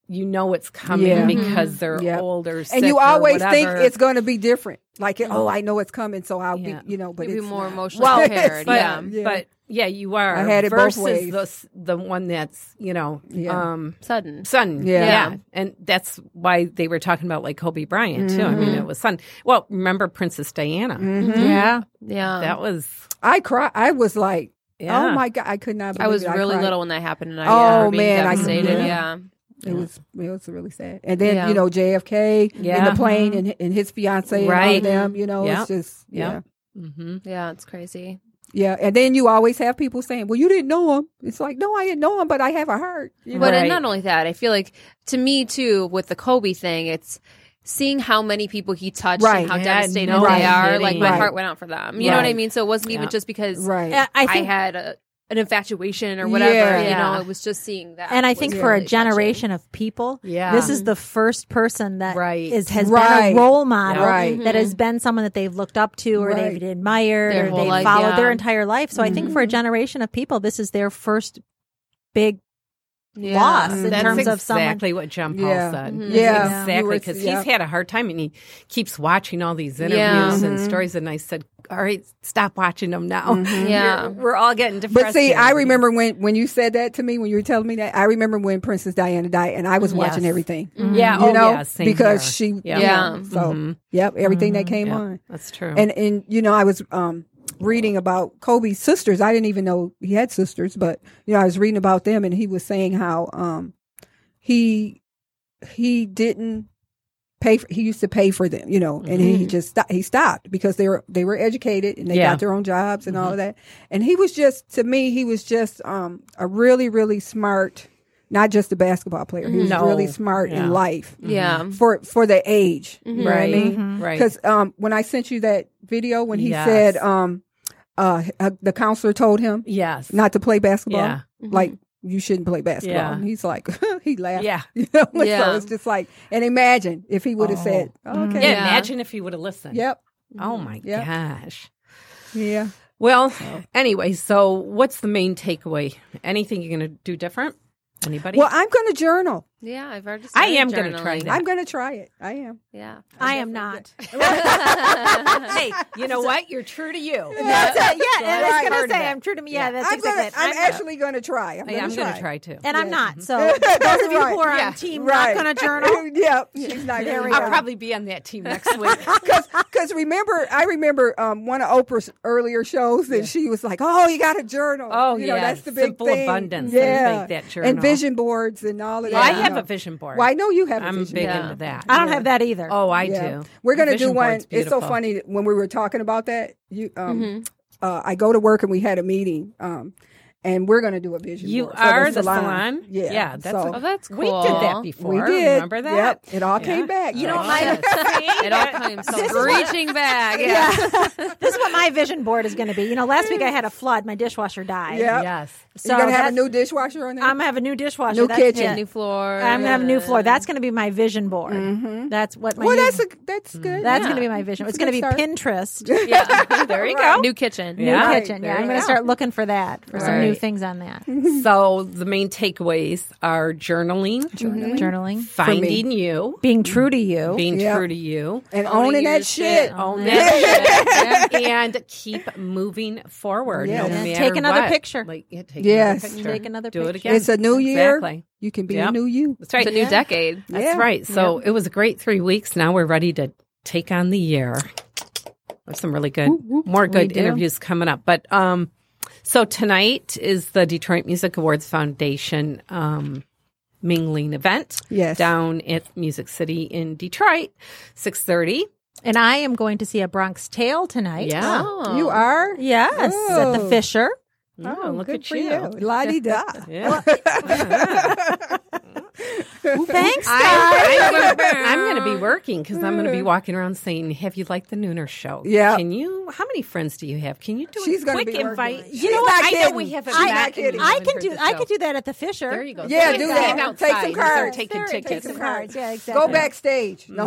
Speaker 8: you know it's coming
Speaker 6: Yeah.
Speaker 5: Mm-hmm.
Speaker 8: because they're
Speaker 6: Yep.
Speaker 8: old or sick
Speaker 6: And you
Speaker 8: or
Speaker 6: always think
Speaker 8: whatever.
Speaker 6: it's going to be different. Like, oh, I know it's coming, so I'll
Speaker 8: Yeah.
Speaker 6: be, you know, but
Speaker 5: You'd Mm-hmm. be
Speaker 6: it's
Speaker 5: more
Speaker 6: not.
Speaker 5: emotionally Well, prepared,
Speaker 6: But-
Speaker 5: yeah.
Speaker 8: yeah. but yeah, you are.
Speaker 6: I had it both
Speaker 8: versus
Speaker 6: ways.
Speaker 8: the s- the one that's you know
Speaker 6: Yeah.
Speaker 8: um
Speaker 5: Sudden.
Speaker 8: sudden.
Speaker 6: Yeah.
Speaker 8: Yeah. and that's why they were talking about like Kobe Bryant too. I mean,
Speaker 6: Mm-hmm.
Speaker 8: it was sudden. Well, remember Princess Diana?
Speaker 5: Mm-hmm.
Speaker 7: Yeah.
Speaker 5: Yeah.
Speaker 8: That was
Speaker 6: I cry. I was like,
Speaker 8: Yeah.
Speaker 6: oh my god, I could not. Believe
Speaker 5: I was
Speaker 6: it.
Speaker 5: really
Speaker 6: cried.
Speaker 5: little when that happened, and I
Speaker 6: Oh,
Speaker 5: remember being
Speaker 6: man, I- Mm-hmm. yeah.
Speaker 5: devastated. yeah.
Speaker 6: It was it was really sad. And then
Speaker 5: Yeah.
Speaker 6: you know JFK in
Speaker 8: Yeah. Mm-hmm.
Speaker 6: the plane and, and his fiance and all
Speaker 8: Right.
Speaker 6: of them. You know,
Speaker 8: Yep.
Speaker 6: it's just
Speaker 8: Yep.
Speaker 6: yeah.
Speaker 8: Mm-hmm.
Speaker 5: Yeah, it's crazy.
Speaker 6: Yeah, and then you always have people saying, "Well, you didn't know him." It's like, no, I didn't know him, but I have a heart. You know?
Speaker 5: But
Speaker 8: Right.
Speaker 5: and not only that, I feel like to me too with the Kobe thing, it's seeing how many people he touched
Speaker 6: Right.
Speaker 5: and how
Speaker 8: Yeah,
Speaker 5: devastated
Speaker 8: no
Speaker 5: they are.
Speaker 8: kidding.
Speaker 5: Like my
Speaker 6: Right.
Speaker 5: heart went out for them. You know what I
Speaker 8: Right.
Speaker 5: mean? So it wasn't even
Speaker 8: Yeah.
Speaker 5: just because
Speaker 6: Right.
Speaker 7: Uh, I
Speaker 5: I
Speaker 7: think
Speaker 5: had a, an infatuation or whatever.
Speaker 6: Yeah.
Speaker 5: You
Speaker 8: Yeah.
Speaker 5: know, it was just seeing that.
Speaker 7: And I
Speaker 5: was
Speaker 7: think for a
Speaker 5: really touching.
Speaker 7: generation of people,
Speaker 8: Yeah.
Speaker 7: this is the first person that is
Speaker 8: Right.
Speaker 7: has
Speaker 6: Right.
Speaker 7: been a role model
Speaker 8: Mm-hmm.
Speaker 6: Right.
Speaker 7: that has been someone that they've looked up to or
Speaker 6: Right.
Speaker 7: they've admired
Speaker 5: Mm-hmm. Their
Speaker 7: or
Speaker 5: whole
Speaker 7: they've
Speaker 5: life,
Speaker 7: followed their
Speaker 9: Um,
Speaker 5: yeah.
Speaker 7: entire life. So I think for a generation of people, this is their first big
Speaker 5: Yeah.
Speaker 7: loss in
Speaker 8: That's
Speaker 7: terms of someone.
Speaker 8: exactly what John Paul
Speaker 6: Yeah.
Speaker 8: said.
Speaker 5: Mhm.
Speaker 6: Mm-hmm. Yeah. You were-
Speaker 8: exactly because
Speaker 6: yeah.
Speaker 8: he's had a hard time and he keeps watching all these interviews
Speaker 5: Yeah.
Speaker 6: Mm-hmm.
Speaker 8: and stories. And I said, "All right, stop watching them now. You're-
Speaker 5: Yeah.
Speaker 8: we're all getting depressed."
Speaker 6: Mm-hmm. But see,
Speaker 8: here."
Speaker 6: I remember when when you said that to me when you were telling me that. I remember when Princess Diana died, and I was watching
Speaker 8: Yes.
Speaker 6: everything.
Speaker 8: yeah,
Speaker 6: Mm-hmm. You
Speaker 8: oh,
Speaker 6: know,
Speaker 8: yeah, same
Speaker 6: because
Speaker 8: here.
Speaker 6: she,
Speaker 8: yeah, Mm-hmm.
Speaker 5: Yeah.
Speaker 6: yeah. So, yep, everything that came
Speaker 8: Yeah.
Speaker 6: on,
Speaker 8: that's true.
Speaker 6: and and you know, I was um reading about Kobe's sisters. I didn't even know he had sisters, but you know, I was reading about them, and he was saying how um he he didn't pay for, he used to pay for them you know and he just stopped he stopped because they were they were educated and they
Speaker 8: Mm-hmm. Yeah. Mm-hmm.
Speaker 6: got their own jobs and all of that and he was just to me he was just um a really really smart not just a basketball player he was
Speaker 8: Mm-hmm. No.
Speaker 6: really smart
Speaker 8: Yeah.
Speaker 6: in life
Speaker 5: Yeah.
Speaker 6: for for the age you know what i
Speaker 8: Right. Mm-hmm.
Speaker 6: mean
Speaker 8: right.
Speaker 6: because um when i sent you that video when he
Speaker 8: Yes.
Speaker 6: said um uh uh, the counselor told him
Speaker 8: yes,
Speaker 6: not to play basketball
Speaker 8: Yeah.
Speaker 6: like you shouldn't play basketball
Speaker 8: Yeah.
Speaker 6: and he's like he laughed
Speaker 8: yeah,
Speaker 6: you know,
Speaker 5: Yeah.
Speaker 6: so it's just like, and imagine if he would have said,
Speaker 8: yeah,
Speaker 6: okay,
Speaker 8: Imagine if he would have listened.
Speaker 6: yep,
Speaker 8: Oh my
Speaker 6: Yep.
Speaker 8: gosh.
Speaker 6: yeah.
Speaker 8: Well, anyway, so what's the main takeaway? Anything you're going to do different? Anybody?
Speaker 6: Well, I'm going to journal.
Speaker 5: Yeah, I've already.
Speaker 8: I
Speaker 5: started
Speaker 8: am gonna try
Speaker 5: journaling.
Speaker 8: that.
Speaker 6: I'm going to try it. I am.
Speaker 5: Yeah.
Speaker 7: I am not.
Speaker 8: hey, you know what? You're true to you.
Speaker 7: That's it. Yeah,
Speaker 6: Right.
Speaker 7: and I was going
Speaker 8: Heard
Speaker 7: to
Speaker 8: of
Speaker 7: say,
Speaker 8: it.
Speaker 7: I'm true to me. Yeah, that's
Speaker 6: I'm,
Speaker 7: exactly
Speaker 6: gonna,
Speaker 7: it.
Speaker 6: I'm actually going to try. I'm
Speaker 8: Hey,
Speaker 6: going
Speaker 8: Oh, I'm
Speaker 6: to
Speaker 8: going
Speaker 6: try.
Speaker 8: to try too.
Speaker 7: and I'm not. So those of you who are on team
Speaker 6: Right.
Speaker 7: not going to journal,
Speaker 6: yep, she's not
Speaker 7: There
Speaker 6: going
Speaker 7: we
Speaker 6: to
Speaker 8: I'll
Speaker 7: go.
Speaker 8: probably be on that team next week.
Speaker 6: Because remember, I remember um, one of Oprah's earlier shows that she was like, "Oh, you got a journal.
Speaker 8: Oh,
Speaker 6: you know,
Speaker 8: yeah.
Speaker 6: that's the big
Speaker 8: Simple
Speaker 6: thing.
Speaker 8: abundance, I
Speaker 6: Yeah,
Speaker 8: think, that
Speaker 6: and
Speaker 8: journal.
Speaker 6: vision boards and all of that.
Speaker 8: Well, I
Speaker 6: you
Speaker 8: have
Speaker 6: know.
Speaker 8: a vision board.
Speaker 6: Well, I know you have. a
Speaker 8: I'm
Speaker 6: vision
Speaker 8: big
Speaker 6: board.
Speaker 8: into that.
Speaker 7: I don't have that either.
Speaker 8: oh, I
Speaker 6: Yeah.
Speaker 8: do.
Speaker 6: We're gonna do
Speaker 8: Vision
Speaker 6: one.
Speaker 8: board's
Speaker 6: It's so
Speaker 8: beautiful. Mm-hmm.
Speaker 6: funny that when we were talking about that. You, um, uh, I go to work and we had a meeting, um, and we're gonna do a vision.
Speaker 8: You
Speaker 6: board for
Speaker 8: are
Speaker 6: the salon.
Speaker 8: Yeah,
Speaker 6: Yeah,
Speaker 8: that's
Speaker 6: so
Speaker 8: a-
Speaker 5: Oh, that's
Speaker 8: We did that
Speaker 5: cool.
Speaker 8: before.
Speaker 6: we did.
Speaker 8: Remember that?
Speaker 6: Yep, it all came back.
Speaker 8: You know,
Speaker 6: Like,
Speaker 8: my
Speaker 5: It all comes so reaching back. Yeah.
Speaker 7: this is what my vision board is going to be. You know, last week I had a flood. My dishwasher died.
Speaker 6: Yep.
Speaker 8: yes.
Speaker 7: So
Speaker 6: You're gonna have
Speaker 7: that-
Speaker 6: a new dishwasher on there.
Speaker 7: I'm gonna have a new dishwasher.
Speaker 6: New
Speaker 7: That's
Speaker 6: kitchen.
Speaker 7: it.
Speaker 5: New floor.
Speaker 7: I'm gonna have a new floor. That's gonna be my vision board.
Speaker 9: Mm. Mm-hmm.
Speaker 7: That's what my.
Speaker 6: well,
Speaker 7: new-
Speaker 6: that's a, that's good.
Speaker 7: that's
Speaker 5: yeah.
Speaker 7: gonna be my vision. It's
Speaker 6: a
Speaker 7: gonna
Speaker 6: good
Speaker 7: be
Speaker 6: start.
Speaker 7: Pinterest
Speaker 5: Yeah. there you go. New kitchen.
Speaker 8: Yeah. Right.
Speaker 7: kitchen.
Speaker 8: There
Speaker 7: Yeah, I'm
Speaker 8: you
Speaker 7: gonna
Speaker 8: go.
Speaker 7: start looking for that for some new
Speaker 8: Right. Mm-hmm.
Speaker 7: things on that
Speaker 8: So the main takeaways are journaling,
Speaker 7: journaling,
Speaker 8: finding you,
Speaker 7: being true to you.
Speaker 8: being
Speaker 6: Yeah.
Speaker 8: true to you,
Speaker 6: and owning
Speaker 5: your
Speaker 6: that shit.
Speaker 8: own that shit, and keep moving forward.
Speaker 6: Yeah.
Speaker 8: No
Speaker 6: Yeah.
Speaker 8: matter
Speaker 7: Take another
Speaker 8: what.
Speaker 7: picture.
Speaker 8: Like, yeah, take
Speaker 6: Yes.
Speaker 8: another picture.
Speaker 7: Take another
Speaker 8: Do it
Speaker 7: picture.
Speaker 8: again.
Speaker 6: It's a new year.
Speaker 8: Exactly.
Speaker 6: You can be
Speaker 8: Yep.
Speaker 6: a new you.
Speaker 8: That's right.
Speaker 5: It's a new decade.
Speaker 8: That's
Speaker 6: Yeah.
Speaker 8: right. So it was a great three weeks. Now we're ready to take on the year. There's some really good,
Speaker 6: Mm-hmm.
Speaker 8: more good interviews coming up. But um, so tonight is the Detroit Music Awards Foundation um, mingling event
Speaker 6: Yes.
Speaker 8: down at Music City in Detroit, six thirty.
Speaker 7: And I am going to see a Bronx Tale tonight.
Speaker 8: Yeah.
Speaker 5: Oh.
Speaker 6: You are.
Speaker 7: Yes, at the
Speaker 6: Oh.
Speaker 7: Fisher.
Speaker 8: Oh, look
Speaker 6: good
Speaker 8: at
Speaker 6: for
Speaker 8: you.
Speaker 6: Lottie da.
Speaker 8: Yeah.
Speaker 7: Thanks.
Speaker 8: I, am gonna, I'm gonna be working because I'm gonna be walking around saying, "Have you liked the Nooner Show?
Speaker 6: Mm. Yeah.
Speaker 8: Can you? How many friends do you have? Can you do
Speaker 6: She's
Speaker 8: a
Speaker 6: gonna
Speaker 8: quick
Speaker 6: be working.
Speaker 8: invite?
Speaker 6: She's
Speaker 8: you know
Speaker 6: not
Speaker 8: what? I know
Speaker 6: kidding.
Speaker 8: we haven't.
Speaker 6: She's
Speaker 8: met
Speaker 6: not
Speaker 8: and
Speaker 6: kidding.
Speaker 8: we
Speaker 7: I
Speaker 8: haven't
Speaker 7: can
Speaker 8: heard
Speaker 7: do.
Speaker 8: the
Speaker 7: I
Speaker 8: show.
Speaker 7: could do that at the Fisher.
Speaker 8: There you go.
Speaker 6: Yeah,
Speaker 8: Sit
Speaker 6: do
Speaker 8: down
Speaker 6: that. Take some
Speaker 8: outside and start
Speaker 6: cards.
Speaker 8: Taking
Speaker 7: There,
Speaker 8: tickets.
Speaker 7: Take some cards. Yeah, exactly.
Speaker 6: Go backstage. No.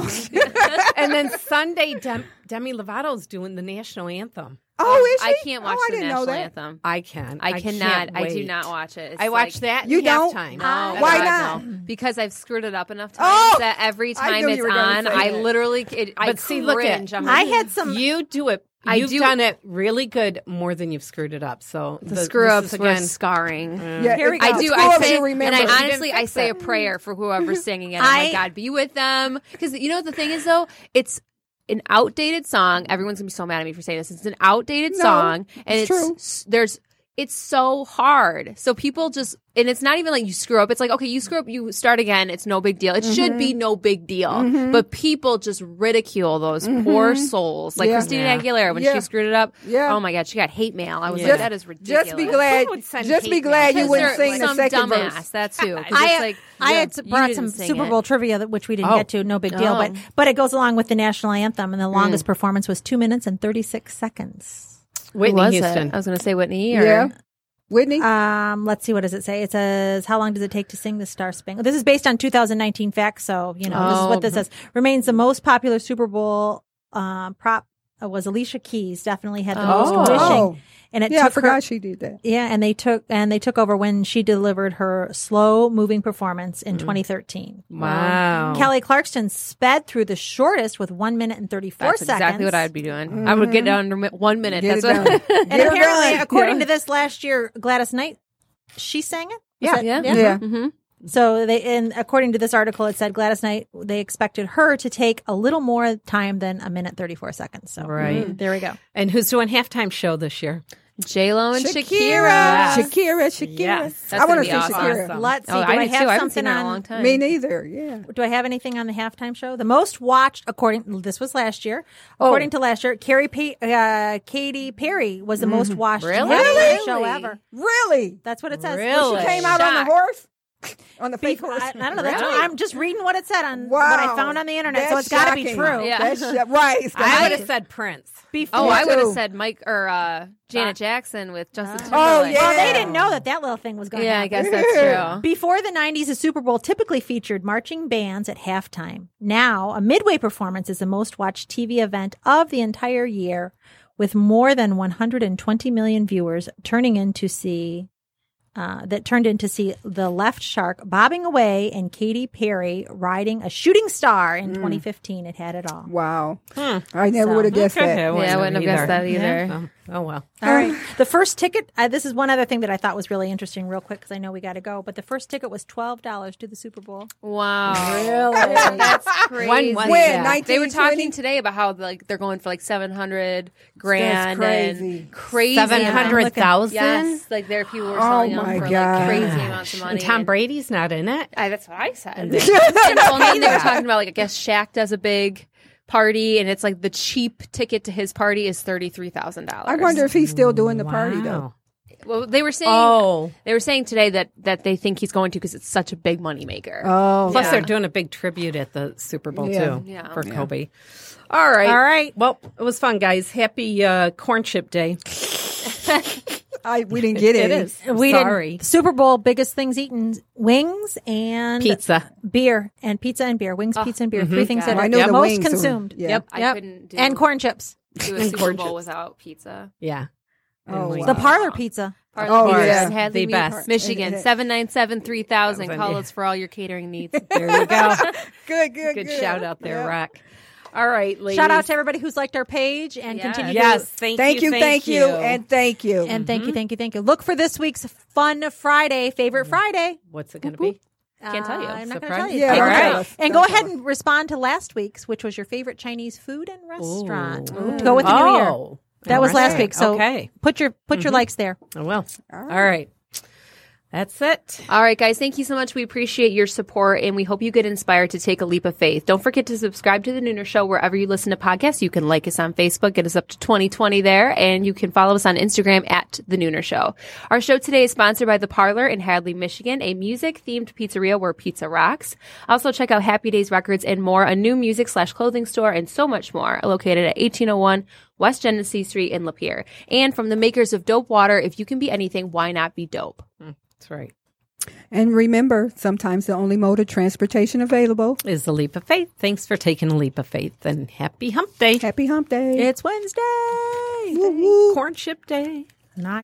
Speaker 8: And then Sunday, Dem- Demi Lovato's doing the national anthem.
Speaker 6: oh, is she?
Speaker 5: I can't watch
Speaker 6: oh, I
Speaker 5: the
Speaker 6: didn't know
Speaker 5: national
Speaker 6: that.
Speaker 5: anthem.
Speaker 8: I can.
Speaker 5: I cannot.
Speaker 8: can't
Speaker 5: I do
Speaker 8: wait.
Speaker 5: not watch it. It's
Speaker 8: I watch
Speaker 5: like-
Speaker 8: that.
Speaker 6: You
Speaker 8: halftime. Oh,
Speaker 6: don't? Oh,
Speaker 5: No,
Speaker 6: Why
Speaker 5: God,
Speaker 6: not?
Speaker 5: no. Because I've screwed it up enough times
Speaker 6: Oh!
Speaker 5: that every
Speaker 6: I
Speaker 5: time
Speaker 6: knew
Speaker 5: it's
Speaker 6: you were gonna
Speaker 5: on,
Speaker 6: say
Speaker 5: I
Speaker 6: that.
Speaker 5: literally it, I
Speaker 8: But see, look at-
Speaker 5: cringe. I'm
Speaker 7: I
Speaker 5: like,
Speaker 7: had some.
Speaker 8: You do it.
Speaker 5: I
Speaker 8: You've
Speaker 5: do-
Speaker 8: done it really good, more than you've screwed it up. So
Speaker 5: the
Speaker 8: this
Speaker 5: screw ups
Speaker 8: is
Speaker 5: were
Speaker 8: again.
Speaker 5: scarring.
Speaker 6: Yeah,
Speaker 7: Here we
Speaker 6: it's
Speaker 7: go.
Speaker 5: I
Speaker 6: the
Speaker 5: do.
Speaker 6: school
Speaker 5: I
Speaker 6: of you
Speaker 5: say, and
Speaker 6: remember.
Speaker 5: I honestly,
Speaker 8: fix
Speaker 5: I say a prayer for whoever's singing it. I'm
Speaker 7: I-
Speaker 5: like, God, be with them, because you know the thing is though, it's an outdated song. Everyone's gonna be so mad at me for saying this. It's an outdated
Speaker 6: No,
Speaker 5: song, and
Speaker 6: it's
Speaker 5: it's,
Speaker 6: true.
Speaker 5: s- there's It's so hard. So people just, and it's not even like you screw up. It's like, okay, you screw up, you start again. It's no big deal. It should
Speaker 6: Mm-hmm.
Speaker 5: be no big deal. But people just ridicule those poor souls. Like
Speaker 6: Mm-hmm. Yeah.
Speaker 5: Christina
Speaker 8: Yeah.
Speaker 5: Aguilera, when
Speaker 6: Yeah.
Speaker 5: she screwed it up,
Speaker 6: Yeah.
Speaker 5: oh my God, she got hate mail. I was
Speaker 6: Just-
Speaker 5: like, that is ridiculous.
Speaker 6: Just be glad.
Speaker 10: would send
Speaker 6: Just be
Speaker 10: hate
Speaker 6: glad you
Speaker 5: Because
Speaker 6: wouldn't
Speaker 5: they're
Speaker 6: sing the
Speaker 5: some
Speaker 6: second
Speaker 5: dumbass.
Speaker 6: verse.
Speaker 5: That too. 'Cause
Speaker 9: I,
Speaker 5: it's like,
Speaker 9: I had
Speaker 5: you
Speaker 9: brought
Speaker 5: didn't
Speaker 9: some
Speaker 5: sing
Speaker 9: Super
Speaker 5: it.
Speaker 9: Bowl trivia that which we didn't
Speaker 8: Oh.
Speaker 9: get to, no big deal,
Speaker 5: Oh. Hmm.
Speaker 9: but but it goes along with the national anthem and the longest performance was 2 minutes and 36 seconds.
Speaker 5: Who
Speaker 8: Whitney
Speaker 5: was
Speaker 8: Houston.
Speaker 5: It? I was going to say Whitney. Or,
Speaker 6: Yeah, Whitney.
Speaker 9: Um, let's see what does it say? It says how long does it take to sing the Star Spangled? This is based on 2019 facts, so you know, this is
Speaker 5: Oh.
Speaker 9: what this says. Remains the most popular Super Bowl um prop uh, was Alicia Keys definitely had the most
Speaker 5: Oh.
Speaker 9: wishing.
Speaker 6: oh,
Speaker 9: And it
Speaker 6: yeah, I
Speaker 9: took
Speaker 6: forgot
Speaker 9: her,
Speaker 6: she did that.
Speaker 9: Yeah, and they took and they took over when she delivered her slow moving performance
Speaker 5: Hmm.
Speaker 9: in 2013.
Speaker 8: Wow.
Speaker 9: Kelly Clarkson sped through the shortest with one minute and 34
Speaker 5: That's
Speaker 9: seconds.
Speaker 5: exactly what I'd be doing. I would get down to mi- one minute.
Speaker 6: Get it
Speaker 5: That's
Speaker 6: done.
Speaker 5: what.
Speaker 6: Get
Speaker 9: And
Speaker 6: it
Speaker 9: apparently,
Speaker 6: done.
Speaker 9: according to this last year, Gladys Knight, she sang it. Was that-
Speaker 5: yeah.
Speaker 6: Yeah.
Speaker 5: Mm-hmm.
Speaker 9: So they, and according to this article, it said Gladys Knight, they expected her to take a little more time than a minute 34 seconds. So
Speaker 8: Right.
Speaker 9: there we go.
Speaker 8: Mm-hmm. And who's doing halftime show this year?
Speaker 5: J Lo and Shakira.
Speaker 6: Shakira, Shakira, Shakira.
Speaker 8: Yes.
Speaker 6: I want
Speaker 5: That's gonna
Speaker 6: to
Speaker 5: be
Speaker 6: see
Speaker 5: awesome.
Speaker 6: Shakira.
Speaker 9: Let's see.
Speaker 5: Oh, I,
Speaker 9: do I,
Speaker 5: did
Speaker 9: have
Speaker 5: too. I haven't
Speaker 9: something
Speaker 5: seen her in a
Speaker 9: on-
Speaker 5: long time.
Speaker 6: Me neither. Yeah.
Speaker 9: Do I have anything on the halftime show? The most watched, according this was last year.
Speaker 5: Oh.
Speaker 9: According to last year, Carrie pa- uh, Katy Perry was the most
Speaker 5: Mm-hmm.
Speaker 9: watched
Speaker 5: Really?
Speaker 9: halftime
Speaker 5: Really?
Speaker 9: show ever.
Speaker 6: Really?
Speaker 9: That's what it says.
Speaker 5: Really?
Speaker 9: She
Speaker 6: Came out on the horse, on the fake
Speaker 9: Before,
Speaker 6: horse.
Speaker 9: I, I don't know. That's
Speaker 5: Really?
Speaker 9: what- I'm just reading what it said on
Speaker 6: Wow.
Speaker 9: what I found on the internet, so
Speaker 6: That's
Speaker 9: it's got to be
Speaker 6: shocking.
Speaker 9: true.
Speaker 5: Yeah.
Speaker 6: That's sh- right. It's gotta
Speaker 8: I
Speaker 6: be-
Speaker 8: would have said Prince.
Speaker 5: Oh,
Speaker 6: Me
Speaker 5: I would have
Speaker 6: too.
Speaker 5: said Mike or uh, Janet Jackson with Justin
Speaker 6: Oh,
Speaker 5: Timberlake.
Speaker 6: yeah.
Speaker 9: Well, they didn't know that that little thing was going.
Speaker 5: Yeah,
Speaker 9: on.
Speaker 5: I guess that's true.
Speaker 9: Before the 90s, the Super Bowl typically featured marching bands at halftime. Now, a midway performance is the most watched TV event of the entire year with more than 120 million viewers turning in to see uh, that turned in to see the left shark bobbing away and Katy Perry riding a shooting star in 2015. It had it all.
Speaker 6: Wow.
Speaker 9: Hmm.
Speaker 6: I never would have guessed
Speaker 8: Okay,
Speaker 6: that.
Speaker 5: Yeah, I wouldn't have guessed that either.
Speaker 8: Yeah. Oh, well.
Speaker 9: All right. The first ticket, uh, this is one other thing that I thought was really interesting, real quick, because I know we got to go, but the first ticket was $12 to the Super Bowl.
Speaker 5: Wow, really? That's crazy.
Speaker 8: When was
Speaker 6: When?
Speaker 8: that?
Speaker 6: 19,
Speaker 5: they were talking
Speaker 6: 20?
Speaker 5: today about how like they're going for like seven hundred grand
Speaker 6: crazy.
Speaker 5: and crazy
Speaker 8: Seven
Speaker 5: amounts.
Speaker 8: hundred thousand.
Speaker 5: Yes, like there are people who are selling
Speaker 6: Oh my
Speaker 5: them for
Speaker 6: gosh.
Speaker 5: like crazy amounts of money.
Speaker 8: And Tom
Speaker 5: and-
Speaker 8: Brady's not in it.
Speaker 5: I, that's what I said. And well, and then they were talking about like I guess Shaq does a big party, and it's like the cheap ticket to his party is thirty three thousand dollars.
Speaker 6: I wonder if he's still doing the party though.
Speaker 8: Wow.
Speaker 5: Well, they were saying
Speaker 8: Oh.
Speaker 5: they were saying today that that they think he's going to because it's such a big moneymaker.
Speaker 6: Oh,
Speaker 8: Plus,
Speaker 5: Yeah.
Speaker 8: they're doing a big tribute at the Super Bowl
Speaker 6: Yeah.
Speaker 8: too
Speaker 5: Yeah.
Speaker 8: for Kobe. All right,
Speaker 9: All right.
Speaker 8: Well, it was fun, guys. Happy uh, Corn Chip Day.
Speaker 6: I, we didn't get it.
Speaker 8: It is. I'm
Speaker 9: we
Speaker 8: sorry.
Speaker 9: did Super Bowl biggest things eaten wings and
Speaker 8: Pizza.
Speaker 9: beer and pizza and beer wings pizza and beer three things that
Speaker 6: Oh, I
Speaker 9: are
Speaker 6: know the
Speaker 9: most
Speaker 6: wings are-
Speaker 9: consumed
Speaker 6: yeah.
Speaker 8: Yep.
Speaker 5: Mm-hmm. I
Speaker 8: yep.
Speaker 5: couldn't do
Speaker 9: and corn chips
Speaker 5: do a Super Bowl without pizza.
Speaker 8: Yeah.
Speaker 6: Oh,
Speaker 8: And we-
Speaker 6: wow.
Speaker 9: the parlor pizza
Speaker 5: Parley
Speaker 6: Oh,
Speaker 5: Beers,
Speaker 6: yeah.
Speaker 5: Hadley
Speaker 8: The
Speaker 5: Mead,
Speaker 8: best.
Speaker 5: Michigan seven nine seven three thousand.
Speaker 8: Thousand,
Speaker 5: Call
Speaker 8: yeah.
Speaker 5: us for all your catering needs.
Speaker 8: There you go.
Speaker 6: Good, good,
Speaker 8: Good shout out there, Rock. All right, ladies.
Speaker 9: shout out to everybody who's liked our page and
Speaker 5: Yes.
Speaker 9: continue to-
Speaker 8: Yes. Thank,
Speaker 6: Thank you, thank you, and thank you.
Speaker 9: and thank you thank you thank you look for this week's fun Friday favorite Friday
Speaker 8: What's it going to be?
Speaker 5: Can't tell you.
Speaker 9: I'm not going to
Speaker 8: Surprise.
Speaker 9: tell you
Speaker 6: Yeah,
Speaker 9: All
Speaker 8: don't
Speaker 9: right.
Speaker 8: tell
Speaker 6: us.
Speaker 9: and
Speaker 6: Don't
Speaker 9: go
Speaker 6: tell
Speaker 9: ahead and respond to last week's which was your favorite Chinese food and restaurant
Speaker 8: Ooh.
Speaker 9: to go with the new year
Speaker 8: Oh.
Speaker 9: that was last
Speaker 8: Okay.
Speaker 9: week so
Speaker 8: okay.
Speaker 9: put your put your likes there
Speaker 8: Oh well. All right. That's it.
Speaker 5: All right, guys, thank you so much. We appreciate your support and we hope you get inspired to take a leap of faith. Don't forget to subscribe to the Nooner Show wherever you listen to podcasts. You can like us on Facebook, get us up to 2020 there, and you can follow us on Instagram at The Nooner Show. Our show today is sponsored by The Parlor in Hadley, Michigan, a music themed pizzeria where pizza rocks. Also, check out Happy Days Records and more, a new music slash clothing store, and so much more, located at 1801 West Genesee Street in Lapeer. And from the makers of Dope Water, if you can be anything, why not be dope?
Speaker 8: That's right.
Speaker 6: And remember, sometimes the only mode of transportation available.
Speaker 8: Is the leap of faith. Thanks for taking a leap of faith and happy hump day.
Speaker 6: Happy Hump Day.
Speaker 9: It's Wednesday.
Speaker 8: Corn chip day.
Speaker 9: Not